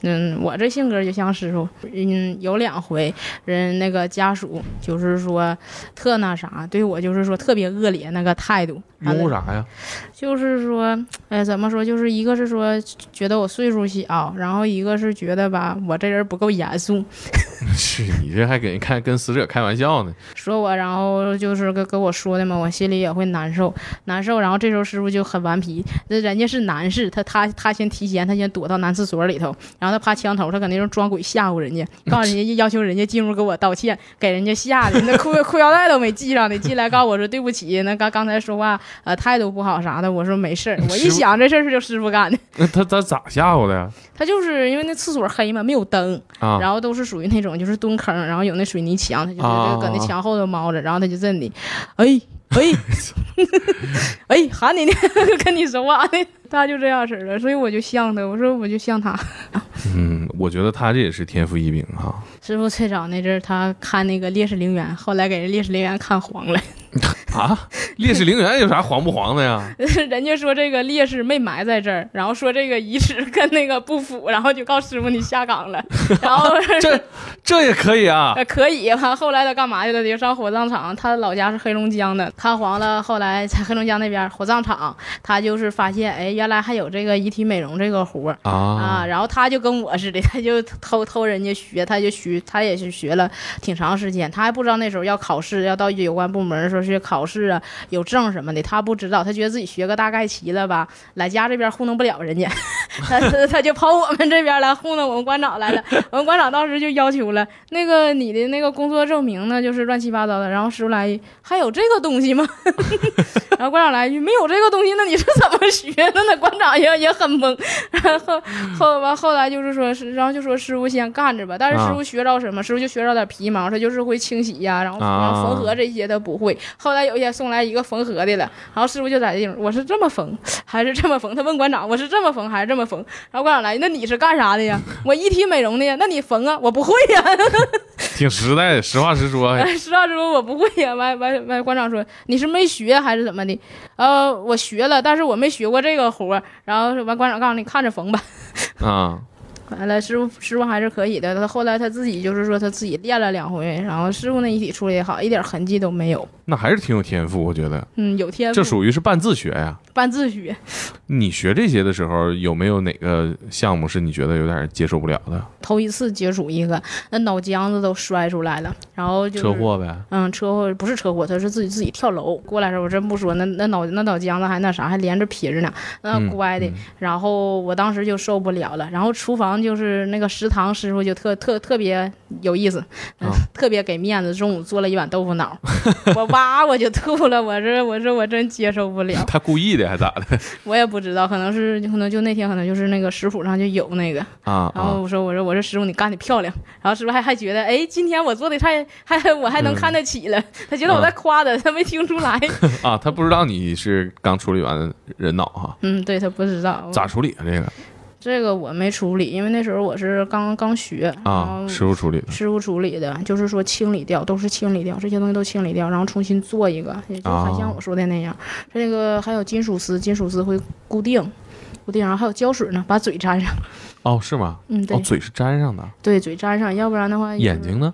嗯，我这性格就像师傅，嗯，有两回人那个家属就是说特那啥，对我就是说特别恶劣那个态度，完拥护了啥呀？就是说，哎，怎么说？就是一个是说觉得我岁数小，然后一个是觉得吧，我这人不够严肃， 是你这还给人看跟死者开玩笑呢？说我，然后就是跟跟我说的嘛，我心里也会难受，难受。然后这时候师傅就很顽皮，那人家是男士，他他他先提前，他先躲到男厕所里头，然后他趴墙头，他搁那种装鬼吓唬人家，告诉人家要求人家进屋给我道歉，给人家吓 的那裤裤腰带都没系上的，进来告诉我说对不起，那刚刚才说话呃态度不好啥的，我说没事儿，我一师傅想这事儿是就师傅干的，那他他咋吓唬的呀？他就是因为那厕所黑嘛，没有灯，啊，然后都是属于那种就是蹲坑，然后有那水泥墙，他就啊就搁那墙后头猫着，然后他就震你，哎 哎哎喊你呢，跟你说话呢，他就这样式儿的，所以我就像他，我说我就像他。嗯，我觉得他这也是天赋异禀啊哈。师傅最早那阵儿，他看那个烈士陵园，后来给人烈士陵园看黄了。 啊，烈士陵园有啥黄不黄的 呀？人家说这个烈士没埋在这儿，然后说这个遗址跟那个不符，然后就告师傅你下岗了。然后啊这这也可以啊。呃，可以。完后来他干嘛去了？就上火葬场。他老家是黑龙江的，看黄了。后来在黑龙江那边火葬场，他就是发现，哎，原来还有这个遗体美容这个活儿。啊，啊，然后他就跟我似的，他就偷偷人家学，他就学，他也是学了挺长时间，他还不知道那时候要考试，要到有关部门说是考试啊，有证什么的，他不知道，他觉得自己学个大概齐了吧，来家这边糊弄不了人家， 他他就跑我们这边来糊弄我们馆长来了，我们馆长当时就要求了，那个你的那个工作证明呢，就是乱七八糟的，然后师傅来一还有这个东西吗？然后馆长来一句没有这个东西，那你是怎么学的呢？馆长也也很懵，然后后完后来就是说是，然后就说师傅先干着吧。但是师傅学着什么，师傅就学着点皮毛，他就是会清洗呀、然后啊然后缝合这些他不会。后来有一天送来一个缝合的了，然后师傅就在这种，我是这么缝还是这么缝？他问馆长，我是这么缝还是这么缝？然后馆长来，那你是干啥的呀？我一体美容的呀，那你缝啊，我不会 呀。挺实在的，实话实说。 哎石老师傅，我不会呀、完完完，馆长说你是没学还是怎么的？呃，我学了，但是我没学过这个活儿。然后完，馆长告诉你看着缝吧。啊，完了，师傅师傅还是可以的。他后来他自己就是说他自己练了两回，然后师傅那遗体处理也好，一点痕迹都没有。那还是挺有天赋，我觉得嗯，有天赋，这属于是半自学呀。半自学。你学这些的时候，有没有哪个项目是你觉得有点接受不了的？头一次接触一个，那脑浆子都摔出来了，然后就是、车。祸呗。嗯，车祸不是车祸，他是自己自己跳楼过来的时候，我真不说，那那脑那脑浆子还那啥，还连着皮着呢，那嗯乖的。嗯然后我当时就受不了了，然后厨房就是那个食堂师傅就特特特别有意思、啊 特别给面子，中午做了一碗豆腐脑， 我哇我就吐了，我这我说我真接受不了，他故意的还咋的？我也不知道，可能是可能就那天可能就是那个食谱上就有那个，啊然后啊！我说我说我说师傅你干的漂亮，然后师傅还还觉得哎今天我做的太还我还能看得起嗯了，他觉得我在夸他，他没听出来，啊，他不知道你是刚处理完人脑哈， 嗯，对他不知道咋处理啊？这个这个我没处理，因为那时候我是刚刚学啊，然后师傅处理的师傅处理的，就是说清理掉，都是清理掉这些东西都清理掉，然后重新做一个，也啊就很像我说的那样。这个还有金属丝，金属丝会固定，固定，然后还有胶水呢，把嘴粘上。哦，是吗？嗯，对、哎哦，嘴是粘上的，对，嘴粘上，要不然的话眼睛呢？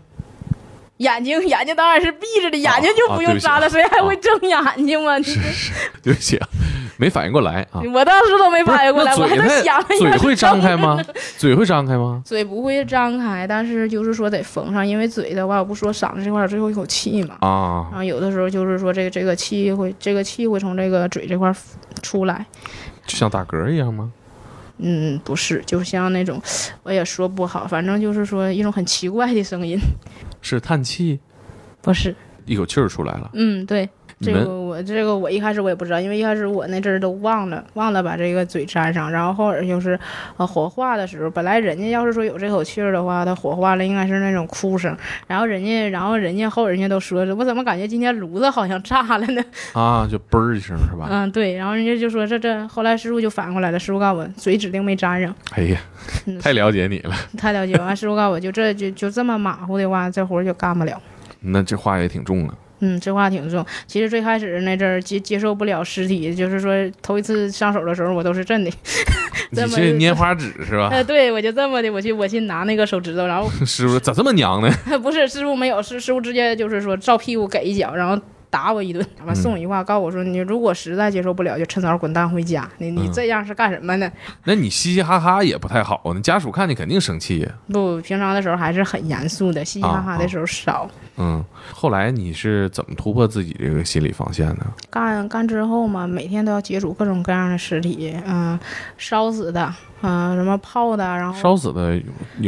眼睛眼睛当然是闭着的，眼睛就不啊对用不起粘了，谁还会睁眼睛吗？是是， 对不起啊，没反应过来啊。我当时都没不是反应过来，那我还嘴在它想着嘴会张开吗？嘴会张开吗？ 嘴不会张开，但是就是说得缝上，因为嘴的话，我不说嗓子这块儿最后一口气嘛。啊然，后有的时候就是说这个这个气会这个气会从这个嘴这块儿出来，就像打嗝一样吗？嗯，不是，就像那种我也说不好，反正就是说一种很奇怪的声音，是叹气，不是，一口气儿出来了。嗯，对。你这们个我这个我一开始我也不知道，因为一开始我那阵儿都忘了忘了把这个嘴粘上，然后后来就是，呃，火化的时候，本来人家要是说有这口气儿的话，他火化了应该是那种哭声，然后人家然后人家后人家都说了，我怎么感觉今天炉子好像炸了呢？啊，就嘣儿一声是吧？嗯，对，然后人家就说这这，后来师傅就反应过来了，师傅告诉我嘴指定没粘上，哎呀，嗯太了解你了，太了解。完，师傅告诉我就这就就这么马虎的话，这活儿就干不了。那这话也挺重了。嗯，这话挺重。其实最开始那阵儿接接受不了尸体，就是说头一次上手的时候，我都是震的。你这么这拈花指是吧？呃， 对我就这么的，我去我去拿那个手指头，然后 师傅咋这么娘呢？不是师傅没有，师师傅直接就是说照屁股给一脚，然后打我一顿，完送我一句话，告诉我说你如果实在接受不了，就趁早滚蛋回家。你你嗯这样是干什么呢？那你嘻嘻哈哈也不太好，那家属看你肯定生气呀。不，平常的时候还是很严肃的，嘻嘻哈哈的时候少。嗯，后来你是怎么突破自己这个心理防线的？干干之后嘛，每天都要接触各种各样的尸体，嗯、烧死的，嗯、什么泡的，然后烧死的有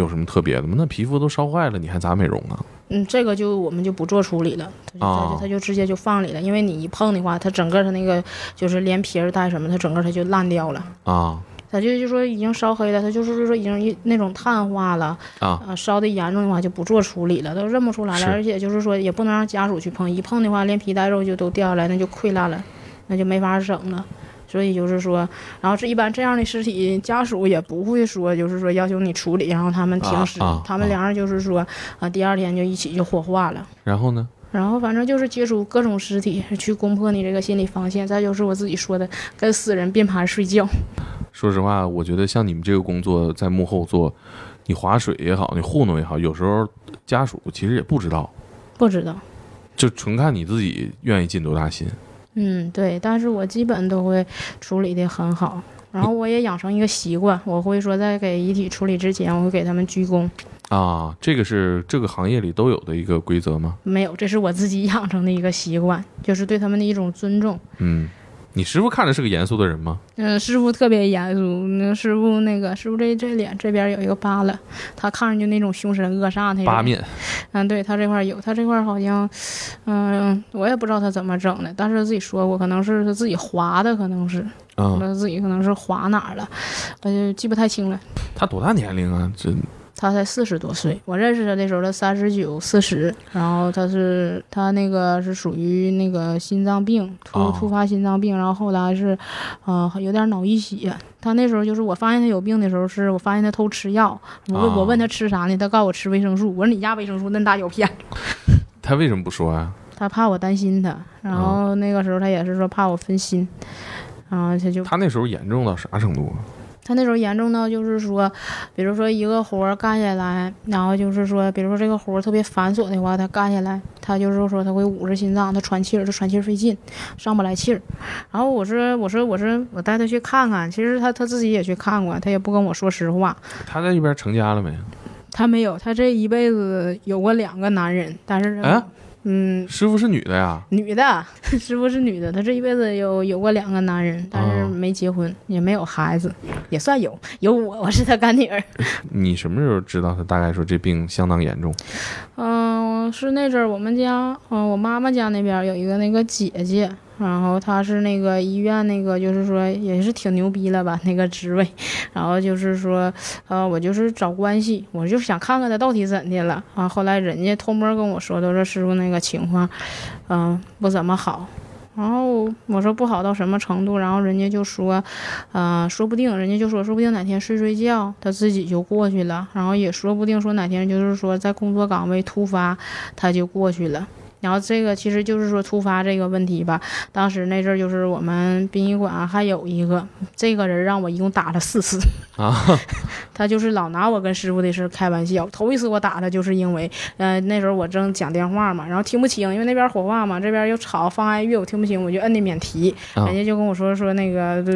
有什么特别的吗？那皮肤都烧坏了，你还咋美容啊？嗯，这个就我们就不做处理了，它就它哦就它就直接就放里了，因为你一碰的话，它整个它那个就是连皮儿带什么，它整个它就烂掉了。啊它就就说已经烧黑了，它就是说已经一那种碳化了，啊，呃，烧的严重的话就不做处理了，都认不出来是了，而且就是说也不能让家属去碰，一碰的话连皮带肉就都掉下来，那就溃烂了，那就没法整了。所以就是说，然后这一般这样的尸体，家属也不会说，就是说要求你处理，然后他们停啊尸，啊他啊们俩人就是说，啊、第二天就一起就火化了。然后呢？然后反正就是接触各种尸体，去攻破你这个心理防线。再就是我自己说的，跟死人并排睡觉。说实话，我觉得像你们这个工作在幕后做，你划水也好，你糊弄也好，有时候家属其实也不知道，不知道，就纯看你自己愿意尽多大心。嗯，对，但是我基本都会处理的很好。然后我也养成一个习惯，我会说在给遗体处理之前，我会给他们鞠躬。啊，这个是这个行业里都有的一个规则吗？没有，这是我自己 养成的一个习惯，就是对他们的一种尊重。嗯，你师傅看着是个严肃的人吗？嗯，师傅特别严肃。那师傅那个师傅这这脸这边有一个疤了，他看上去那种凶神恶煞那种。八面嗯，对他这块儿有，他这块儿好像，嗯、我也不知道他怎么整的，但是自己说过，可能是他自己划的，可能是，啊、他自己可能是划哪儿了，我就记不太清了。他多大年龄啊？这他才四十多岁，我认识他的时候他三十九、四十，然后他是他那个是属于那个心脏病突哦突发心脏病，然后后来是，呃，有点脑溢血。他那时候就是我发现他有病的时候，是我发现他偷吃药，我问、我哦问他吃啥呢？他告诉我吃维生素，我说你家维生素恁大 药片。他为什么不说啊？啊他怕我担心他，然哦后那个时候他也是说怕我分心，然后他就他那时候严重到啥程度啊？他那时候严重到就是说，比如说一个活儿干下来，然后就是说，比如说这个活儿特别繁琐的话，他干下来，他就是说他会捂着心脏，他喘气儿，他喘气儿费劲，上不来气儿。然后我说我说我说我带他去看看，其实他他自己也去看过，他也不跟我说实话，他在那边成家了没？啊他没有，他这一辈子有过两个男人，但是他、啊嗯，师傅是女的呀？女的， 师傅是女的，她这一辈子有有过两个男人，但是哦没结婚，也没有孩子，也算有，有我，我是她干女儿。你什么时候知道他大概说这病相当严重？ 嗯、是那阵儿我们家，嗯、我妈妈家那边儿有一个那个姐姐，然后她是那个医院那个，就是说也是挺牛逼了吧那个职位，然后就是说，呃，我就是找关系，我就想看看她到底怎的了啊。后来人家偷摸跟我说，都说师傅那个情况，嗯、不怎么好。然后我说不好到什么程度，然后人家就说，呃，说不定人家就说，说不定哪天睡睡觉，他自己就过去了，然后也说不定说哪天就是说在工作岗位突发，他就过去了。然后这个其实就是说突发这个问题吧，当时那阵儿就是我们殡仪馆还有一个这个人让我一共打了四次啊， 他就是老拿我跟师傅的事儿开玩笑。头一次我打他就是因为，呃，那时候我正讲电话嘛，然后听不清，因为那边火化嘛，这边又吵放哀乐，我听不清，我就摁的免提，啊人家就跟我说说那个，呃就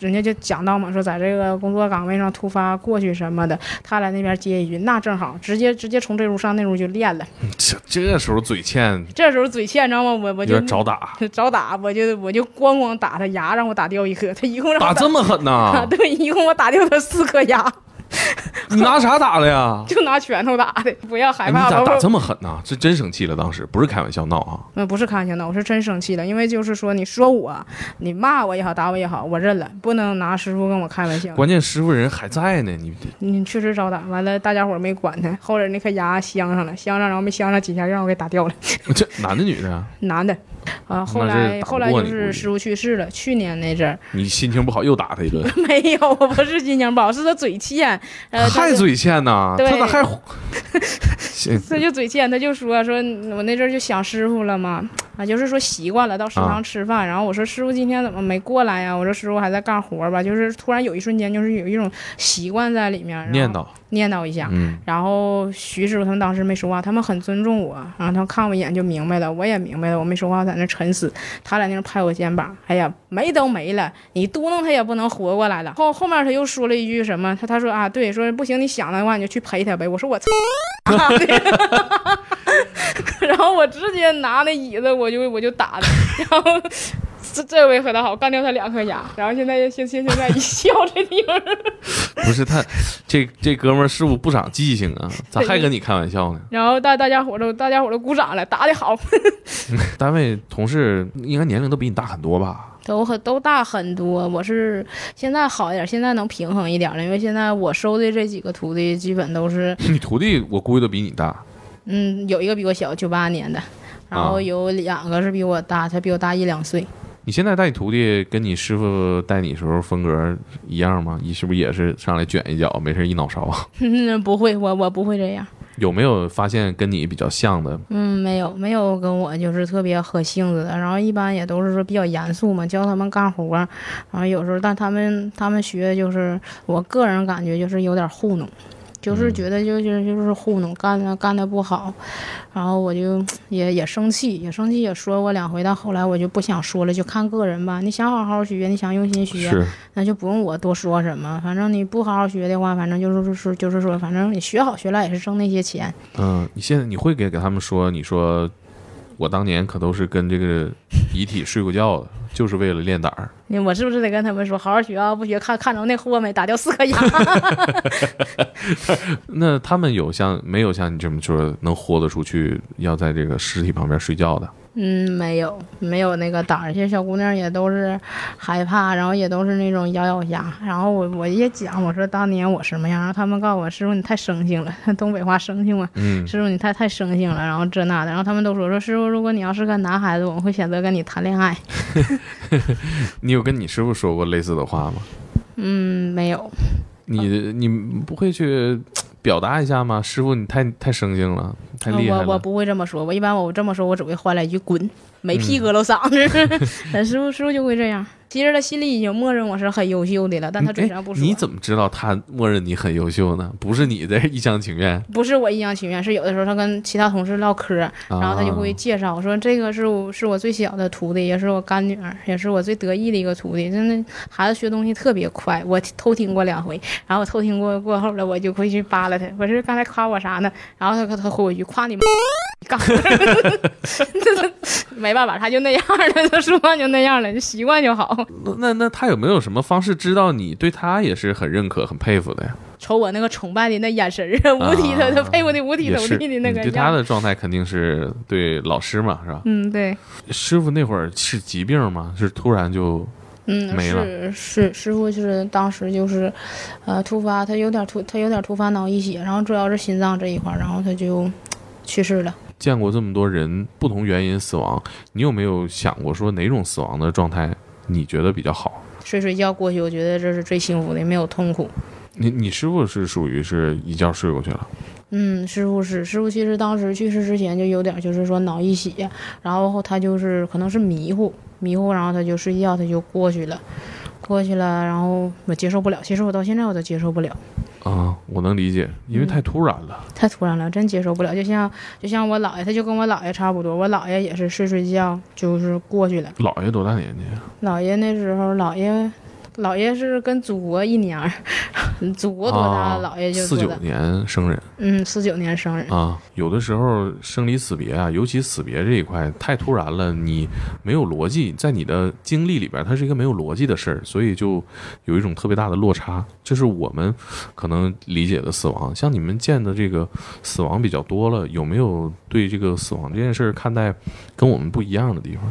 人家就讲到嘛，说在这个工作岗位上突发过去什么的，他来那边接一句，那正好，直接直接从这屋上那屋就练了。 这这时候嘴欠，这时候嘴欠，你知道吗？我我有就点 找打，找打，我就我就咣咣打他牙，让我打掉一颗，他一共让我 打这么狠啊，呐？ 对，一共我打掉他四颗牙， 你拿啥打的呀？就拿拳头打的，不要害哎你怕，咋 我打这么狠呐？这真生气了，当时不是开玩笑闹啊！嗯，不是开玩笑的，我是真生气了，因为就是说，你说我，你骂我也好，打我也好，我认了，不能拿师傅跟我开玩笑。关键师傅人还在呢，你你确实招打，完了大家伙儿没管他，后来那颗牙镶上了，镶上然后没镶上几下，让我给打掉了，这男的女的啊？男的。啊，后那是来打不后来过就你估是计师傅去世了，去年那阵儿 你心情不好又打他一顿，没有，我不是心情不好，是他嘴欠， 呃，他还就嘴欠呐？对他咋还虎？ 行他就嘴欠，他就说说嗯我那阵儿就想师傅了嘛，啊，就是说习惯了到食堂吃饭，然后我说师傅今天怎么没过来呀？我说师傅还在干活儿吧，就是突然有一瞬间就是有一种习惯在里面，然后念叨，念叨一下。嗯，然后徐师傅他们当时没说话，他们很尊重我，然后他们看我一眼就明白了，我也明白了，我没说话，我在那沉思。他在那儿拍我肩膀，哎呀，没都没了，你嘟囔他也不能活过来了。后后面他又说了一句什么，他他说啊，对，说不行，你想的话你就去陪他呗。我说我操，啊对然后我直接拿那椅子我就我就打他，然后。这这回可倒好，干掉他两颗牙，然后现在现现现在一笑，这地方不是他，这这哥们儿师傅不长记性啊，咋还跟你开玩笑呢？然后大大家伙儿都大家伙儿都鼓掌了，打的好，单位同事应该年龄都比你大很多吧？ 都很都大很多。我是现在好一点，现在能平衡一点了，因为现在我收的这几个徒弟基本都是，你徒弟我估计都比你大，嗯，有一个比我小，九八年的，然后啊有两个是比我大，才比我大一两岁。 你现在带你徒弟跟你师傅带你时候风格一样吗？你是不是也是上来卷一脚，没事一脑勺？ 嗯，不会，我我不会这样。有没有发现跟你比较像的？嗯，没有没有跟我就是特别合性子的，然后一般也都是说比较严肃嘛，教他们干活儿，然后有时候但他们他们学就是我个人感觉就是有点糊弄，就是嗯觉得就是就是糊弄干的干的不好，然后我就也也生气，也生气也说过两回，但后来我就不想说了，就看个人吧。你想好好学，你想用心学，是，那就不用我多说什么。反正你不好好学的话，反正就是说就是说，反正你学好学赖也是挣那些钱。嗯，你现在你会给给他们说，你说我当年可都是跟这个遗体睡过觉的，就是为了练胆儿。你我是不是得跟他们说好好学啊？不学看看着那货没，打掉四颗牙。那他们有像没有像你这么说能豁得出去，要在这个尸体旁边睡觉的？ 嗯，没有没有那个胆儿，这些小姑娘也都是害怕，然后也都是那种咬咬牙。然后我我也讲，我说当年我什么样，然后他们告诉我师傅你太生性了， 东北话生性嘛，嗯，师傅你太太生性了，然后这那的，然后他们都说说师傅，如果你要是个男孩子，我会选择跟你谈恋爱。你有跟你师傅说过类似的话吗？嗯，没有，你嗯你不会去表达一下吗？师傅，你太太生性了，太厉害啊我我了。不会这么说，我一般我这么说，我只会换来一句滚，没屁搁了嗓子。但师傅师傅就会这样。其实他心里已经默认我是很优秀的了，但他嘴上不哎说。你怎么知道他默认你很优秀呢？不是你在一厢情愿，不是我一厢情愿，是有的时候他跟其他同事唠嗑， 啊然后他就啊会介绍说这个是我是我最小的徒弟，也是我干女儿，也是我最得意的一个徒弟。真的，孩子学东西特别快，我偷听过两回，然后我偷听过过后了，我就会去扒拉他，我说刚才夸我啥呢？然后他他回我一句夸你妈，你干活儿， 没办法，他就那样了，他说话就那样了，就习惯就好。那那那他有没有什么方式知道你对他也是很认可、很佩服的呀？瞅我那个崇拜的那眼神儿，五体投地，啊佩服的五体也投是，地的那个你对他样。的状态肯定是对老师嘛，是吧？嗯，对，师傅那会儿是疾病吗？是突然就嗯，没了是是，师傅就是当时就是，呃，突发，他有点突，他有点突发脑溢血，然后主要是心脏这一块儿，然后他就去世了。见过这么多人不同原因死亡，你有没有想过说哪种死亡的状态你觉得比较好？睡睡觉过去，我觉得这是最幸福的，没有痛苦。你你师傅是属于是一觉睡过去了，嗯，师傅是师傅，其实当时去世之前就有点就是说脑溢血，然后他就是可能是迷糊迷糊，然后他就睡觉，他就过去了，过去了，然后我接受不了，其实我到现在我都接受不了。啊、我能理解，因嗯为太突然了。太突然了，真接受不了。就像就像我姥爷，他就跟我姥爷差不多，我姥爷也是睡睡觉就是过去了。姥爷多大年纪啊？姥爷那时候，姥爷姥爷是跟祖国一年儿， 祖国多大，姥爷就啊四多九大。年生人嗯，四九年生人。啊。有的时候生离死别啊，尤其死别这一块太突然了，你没有逻辑，在你的经历里边，它是一个没有逻辑的事儿，所以就有一种特别大的落差。这是我们可能理解的死亡。像你们见的这个死亡比较多了，有没有对这个死亡这件事儿看待跟我们不一样的地方？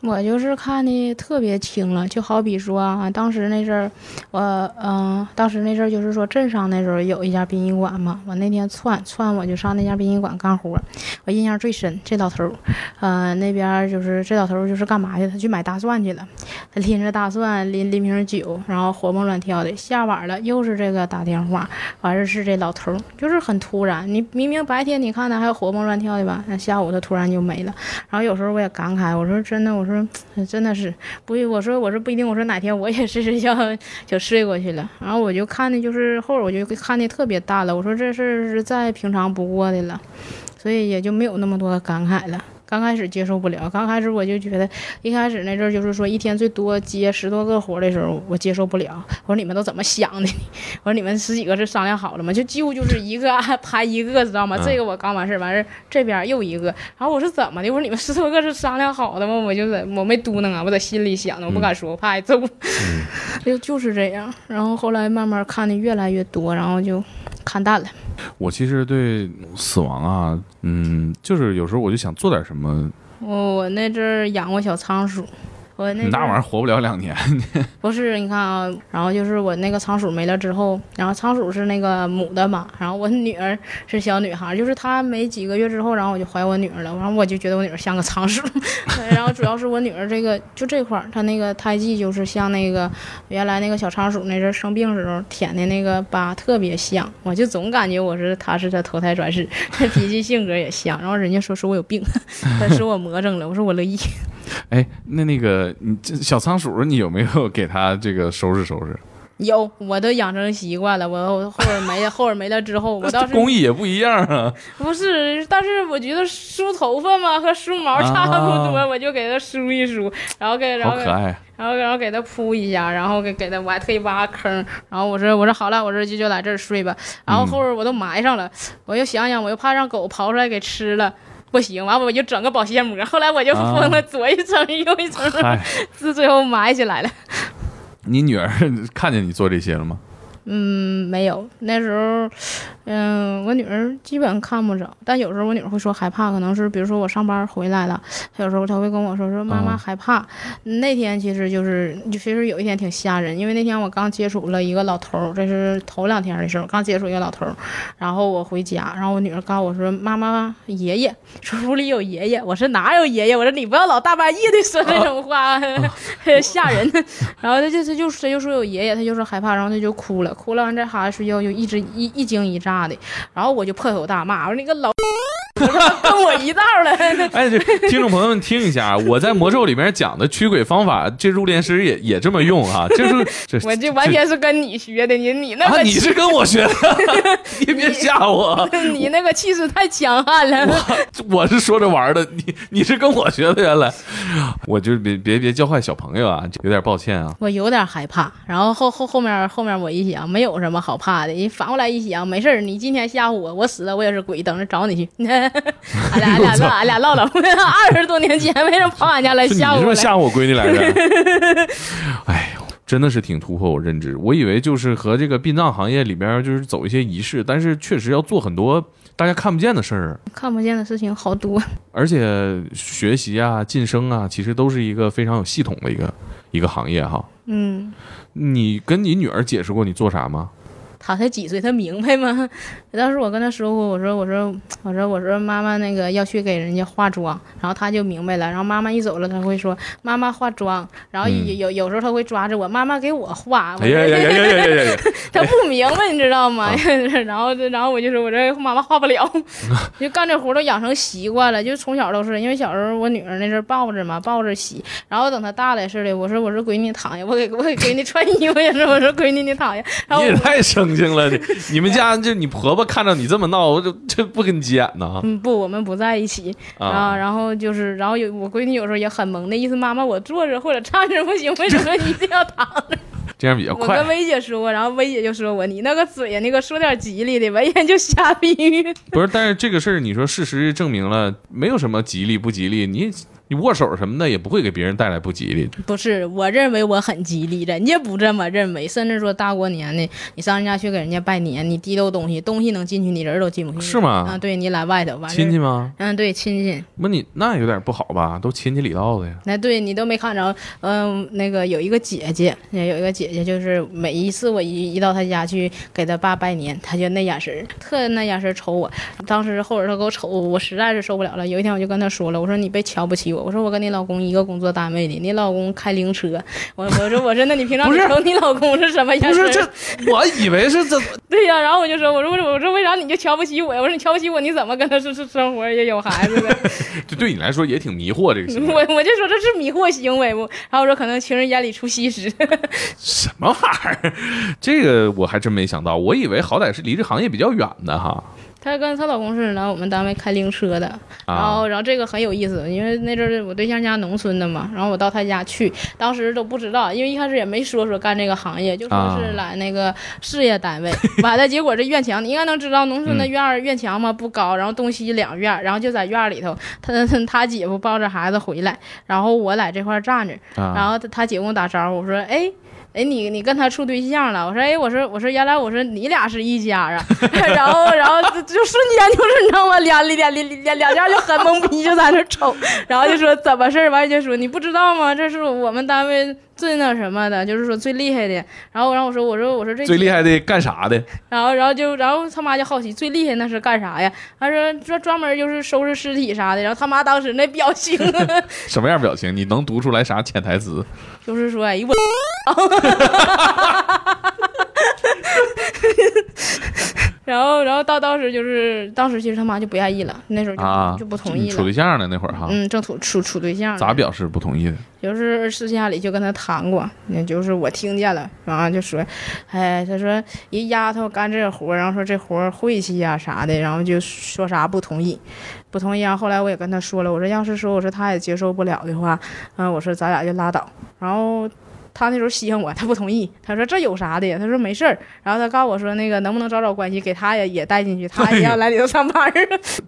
我就是看的特别清了，就好比说啊，当时那阵儿，我嗯、当时那阵儿就是说镇上那时候有一家殡仪馆嘛，我那天窜窜我就上那家殡仪馆干活儿，我印象最深，这老头儿，呃，那边儿就是这老头儿就是干嘛去了？他去买大蒜去了，他拎着大蒜，拎拎瓶酒，然后活蹦乱跳的。下晚了又是这个打电话，完事儿是这老头儿，就是很突然，你明明白天你看他还活蹦乱跳的吧，那下午他突然就没了。然后有时候我也感慨，我说真的，我说哎真的是不一，我说我说不一定，我说哪天我也睡 睡觉就睡过去了。然后我就看的就是后来我就看的特别淡了，我说这事儿是再平常不过的了，所以也就没有那么多的感慨了。刚开始接受不了，刚开始我就觉得，一开始那阵儿就是说一天最多接十多个活儿的时候，我接受不了。我说你们 都怎么想的？我说你们十几个是商量好了吗？就几乎就是一个啊排一个，知道吗？嗯这个我刚完事儿，完事儿这边儿又一个，然啊后我说怎么的？我说你们 十多个是商量好的吗？我就在我没嘟囔啊，我在心里想的，我不嗯敢说，我怕挨揍。 就就是这样。然后后来慢慢看的越来越多，然后就看淡了。我其实对死亡啊，嗯，就是有时候我就想做点什么，我我那阵儿养过小仓鼠，我那你那阵玩意儿儿活不了 两年，不是，你看啊，然后就是我那个仓鼠没了之后，然后仓鼠是那个母的嘛，然后我女儿是小女孩，就是她没几个月之后，然后我就怀我女儿了，然后我就觉得我女儿像个仓鼠，对然后主要是我女儿这个就这块儿，她那个胎记就是像那个原来那个小仓鼠那阵儿生病时候舔的那个疤特别像，我就总感觉我是她是她投胎转世，她脾气性格也像，然后人家说说我有病，她说我魔怔了，我说我乐意。哎，那那个你这小仓鼠，你有没有给它这个收拾收拾？有，我都养成习惯了。我我后边没了，后边没了之后，我倒 是工艺也不一样啊。不是，但是我觉得梳头发嘛和梳毛差不多，我就给它梳一梳，然后给然啊好后给可爱，然后然后给它铺一下，然后给给它我还特意挖个坑，然后我说我说好了，我说就就在这儿睡吧。嗯然后后边我都埋上了，我又想想，我又怕让狗刨出来给吃了。不行，完我就整个保鲜膜，后来我就啊封了左一层右一层， 嗨，自最后埋起来了。你女儿看见你做这些了吗？嗯，没有。那时候，嗯，我女儿基本看不着，但有时候我女儿会说害怕，可能是比如说我上班回来了，她有时候她会跟我说说妈妈嗯害怕。那天其实就是，就其实有一天挺吓人，因为那天我刚接触了一个老头儿，这是头两天的事儿，刚接触一个老头儿，然后我回家，然后我女儿告诉我说妈妈爷爷，说屋里有爷爷，我说哪有爷爷？我说你不要老大半夜的说这种话， 吓人。然后他就他就他就说有爷爷，他就说害怕，然后他就哭了，哭了完这孩子睡觉就一直一一惊一乍的，然后我就破口大骂，我说你个老。跟我一道儿了。 哎，这听众朋友们听一下，啊我在魔咒里面讲的驱鬼方法，这入殓师也也这么用啊，这是这我这完全是跟你学的，你你那啊，个你气，是跟我学 的，你别吓我，你那个气势太强悍了。我 是说着玩儿的，你你是跟我学的，原来，我就别别别教坏小朋友啊，有点抱歉啊。我有点害怕，然后后后后面后面我一想，没有什么好怕的。你反过来一想，没事儿，你今天吓唬我，我死了我也是鬼，等着找你去。 俺俩俺俩唠俺俩唠唠， 二十多年前为什么跑俺家来是你吓唬是不我是来？吓唬我闺女来着？ 哎呦，真的是挺突破我认知，我以为就是和这个殡葬行业里边就是走一些仪式，但是确实要做很多大家看不见的事儿，看不见的事情好多，而且学习啊、晋升啊，其实都是一个非常有系统的一个一个行业哈。嗯，你跟你女儿解释过你做啥吗？他才几岁，他明白吗？当时我跟他说过，我说我说我说我说妈妈那个要去给人家化妆，然后他就明白了。然后妈妈一走了，他会说妈妈化妆，然后有、嗯有有时候他会抓着我，妈妈给我化。啊我哎呀说呀呀呀呀呀呀！他不明白，你知道吗啊？ 然后，然后我就说，我这妈妈画 不了，就干这活都养成习惯了，就从小都是，因为小时候我女儿那阵抱着嘛，抱着洗，然后等她大了似的，我说我说闺女你躺下，我给我给闺女穿衣服也是，我说闺女你躺下，然后你也我太生性了，你你们家这你婆婆看着你这么闹，我就这不跟你急眼呢嗯不，我们不在一起，啊，啊！然后就是，然后有我闺女有时候也很萌的意思，妈妈我坐着或者站着不行，为什么你一定要躺着？这样比较我 快跟。薇姐说，然后薇姐就说我你那个嘴呀，那个说点吉利的，完全就瞎逼。不是，但是这个事儿，你说事实证明了，没有什么吉利不吉利，你你握手什么的也不会给别人带来不吉利。不是，我认为我很吉利，人家不这么认为，甚至说大过年的，你上人家去给人家拜年，你提溜东西，东西能进去，你人儿都进不去，是吗啊，对你来外头完事儿亲戚，吗？嗯，对亲戚，那你那有点不好吧？都亲戚里道的呀。那对你都没看着，嗯，那个有一个姐姐，有一个姐姐，就是每一次我一一到她家去给她爸拜年，她就那眼神儿，特那眼神儿瞅我。当时后边她给我瞅，我实在是受不了了。有一天我就跟她说了，我说你别瞧不起我，我说我跟你老公一个工作单位的，你老公开灵车，我我说我说那你平常不你是瞅你老公是什么样不式儿？是这，我以为是这，对呀、然后我就说，我说我说我说为啥你就瞧不起我呀？我说你瞧不起我，你怎么跟他是是生活也有孩子的？这对你来说也挺迷惑，这个 行为我我就说这是迷惑行为不？然后我说可能情人眼里出西施。 什么玩意儿？这个我还真没想到，我以为好歹是离这行业比较远的哈。她跟她老公是来我们单位开灵车的，然啊后，然后这个很有意思，因为那阵儿我对象家农村的嘛，然后我到他家去，当时都不知道，因为一开始也没说说干这个行业，就说是来那个事业单位。完了，结果这院墙你应该能知道，农村的院儿、院墙嘛不高，然后东西两院儿，然后就在院儿里头，他他他姐夫抱着孩子回来，然后我在这块儿站着，然啊后他他姐跟我打招呼，我说哎。哎，你你跟他处对象了？我说，哎，我说，我说，原来我说你俩是一家啊，然后然后就就瞬间就是你知道吗？俩俩俩俩两家就很懵逼，就在那瞅，然后就说怎么事儿？完就说你不知道吗？这是我们单位最那什么的，就是说最厉害的。然后然后我说我说我说这最姐厉害的干啥的？然后，然后就，然后他妈就好奇，最厉害那是干啥呀？他说专专门就是收拾尸体啥的。然后他妈当时那表情，什么样表情？你能读出来啥潜台词？就是说，哎呦我。然后，然后到当时就是，当时其实他妈就不愿意了，那时候就、啊，就不同意你处了对。象呢？那会儿哈，嗯，正处处处对象呢，咋表示不同意的？就是私下里就跟他谈过，那就是我听见了，然后就说，哎，他说一丫头干这活儿，然后说这活儿晦气呀、啥的，然后就说啥不同意，不同意啊。后来我也跟他说了，我说要是说我说他也接受不了的话，嗯、我说咱俩就拉倒。然后他那时候稀罕我，他不同意，他说这有啥的呀？他说没事儿。然后他告诉我说那个能不能找找关系，给他也也带进去，他也要来里头上班儿。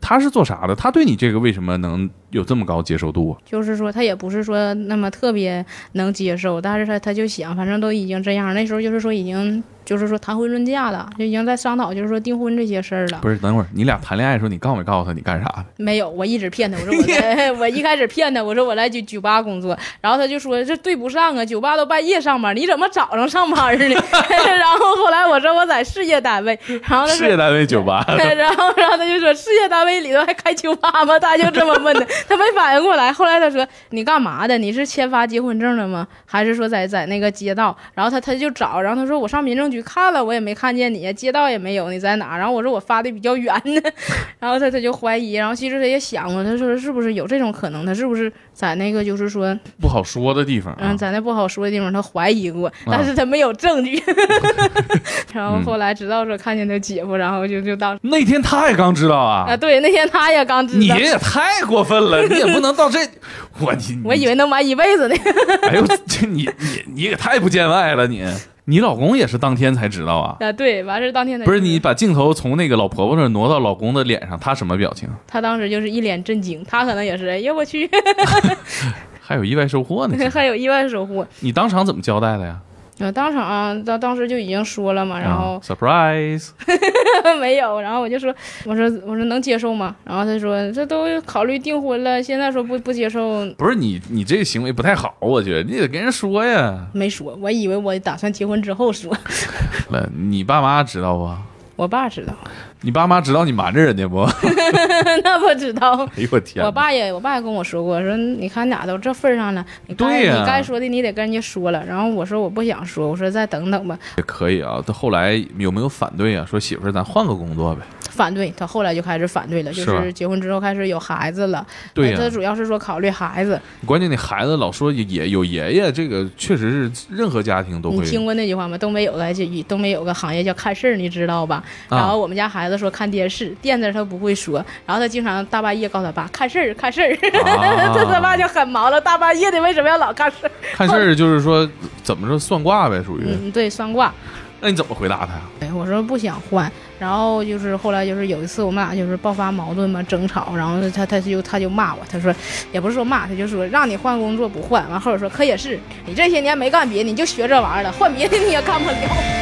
他是做啥的？他对你这个为什么能有这么高接受度啊？就是说他也不是说那么特别能接受，但是他他就想，反正都已经这样，那时候就是说已经就是说谈婚论嫁了，就已经在商讨就是说订婚这些事儿了。不是，等会儿你俩谈恋爱的时候，你告没告诉他你干啥的？没有，我一直骗他，我说我在， 我一开始骗他，我说我来酒酒吧工作，然后他就说这对不上啊，酒吧都半夜上班，你怎么早上上班呢？ 然后后来我说我在事业单位，然后他事说业单位酒吧 然后，然后他就说事业单位里头还开酒吧吗？他就这么问的，他没反应过来。后来他说你干嘛的？你是签发结婚证了吗？还是说在在那个街道？然后他他就找，然后他说我上民政局去看了，我也没看见你，街道也没有，你在哪？然后我说我发的比较远呢， 然后他他就怀疑，然后其实他也想过，他说是不是有这种可能？他是不是在那个就是说，不好说的地方嗯，啊。在那不好说的地方，他怀疑过，但是他没有证据。 然后后来直到说看见他姐夫，然后就就到那天他也刚知道啊啊，，对，那天他也刚知你道，也太过分了，你也不能到这，我你 我以为能玩一辈子呢。 哎呦，这你你你也太不见外了，你你老公也是当天才知道啊。啊，对，完事儿当天他不是你把镜头从那个老婆婆那儿挪到老公的脸上，他什么表情？他当时就是一脸震惊，他可能也是，哎 呀我去，还有意外收 获呢？还有意外收获。你当场怎么交代的呀？呃，当场 啊当当时就已经说了嘛，然后 啊、surprise，没有，然后我就说，我说我说能接受吗？然后他说这都考虑订婚了，现在说不不接受，不是你你这个行为不太好，我觉得你得跟人说 呀。没说，我以为我打算结婚之后说， 来，你爸妈知道不？我爸知道， 你爸妈知道你瞒着人家不？哎那不知道。呦我天！我爸也，我爸也跟我说过，说你看你俩都这份儿上了，你该、对呀你该说的你得跟人家说了。然后我说我不想说，我说再等等吧。也可以啊。他后来有没有反对啊？说媳妇儿，咱换个工作呗。反对，他后来就开始反对了，就是吧是结婚之后开始有孩子了。对呀、他主要是说考虑孩子。关键你孩子老说也有爷爷，这个确实是任何家庭都你会。听过那句话吗？东北有个就东北有个行业叫看事儿，你知道吧？啊然后我们家孩子说看电视，垫子他不会说，然后他经常大半夜告诉他爸看事儿看事儿， 啊他他爸就很忙了，大半夜的为什么要老看事儿？看事儿就是说怎么说算卦呗，属于。嗯，对，算卦。那你怎么回答他呀？哎，我说不想换，然后就是后来就是有一次我们俩就是爆发矛盾嘛，争吵，然后他他就他就骂我，他说也不是说骂，他就说让你换工作不换，完后者说可也是，你这些年没干别的，你就学这玩意儿了，换别的你也干不了。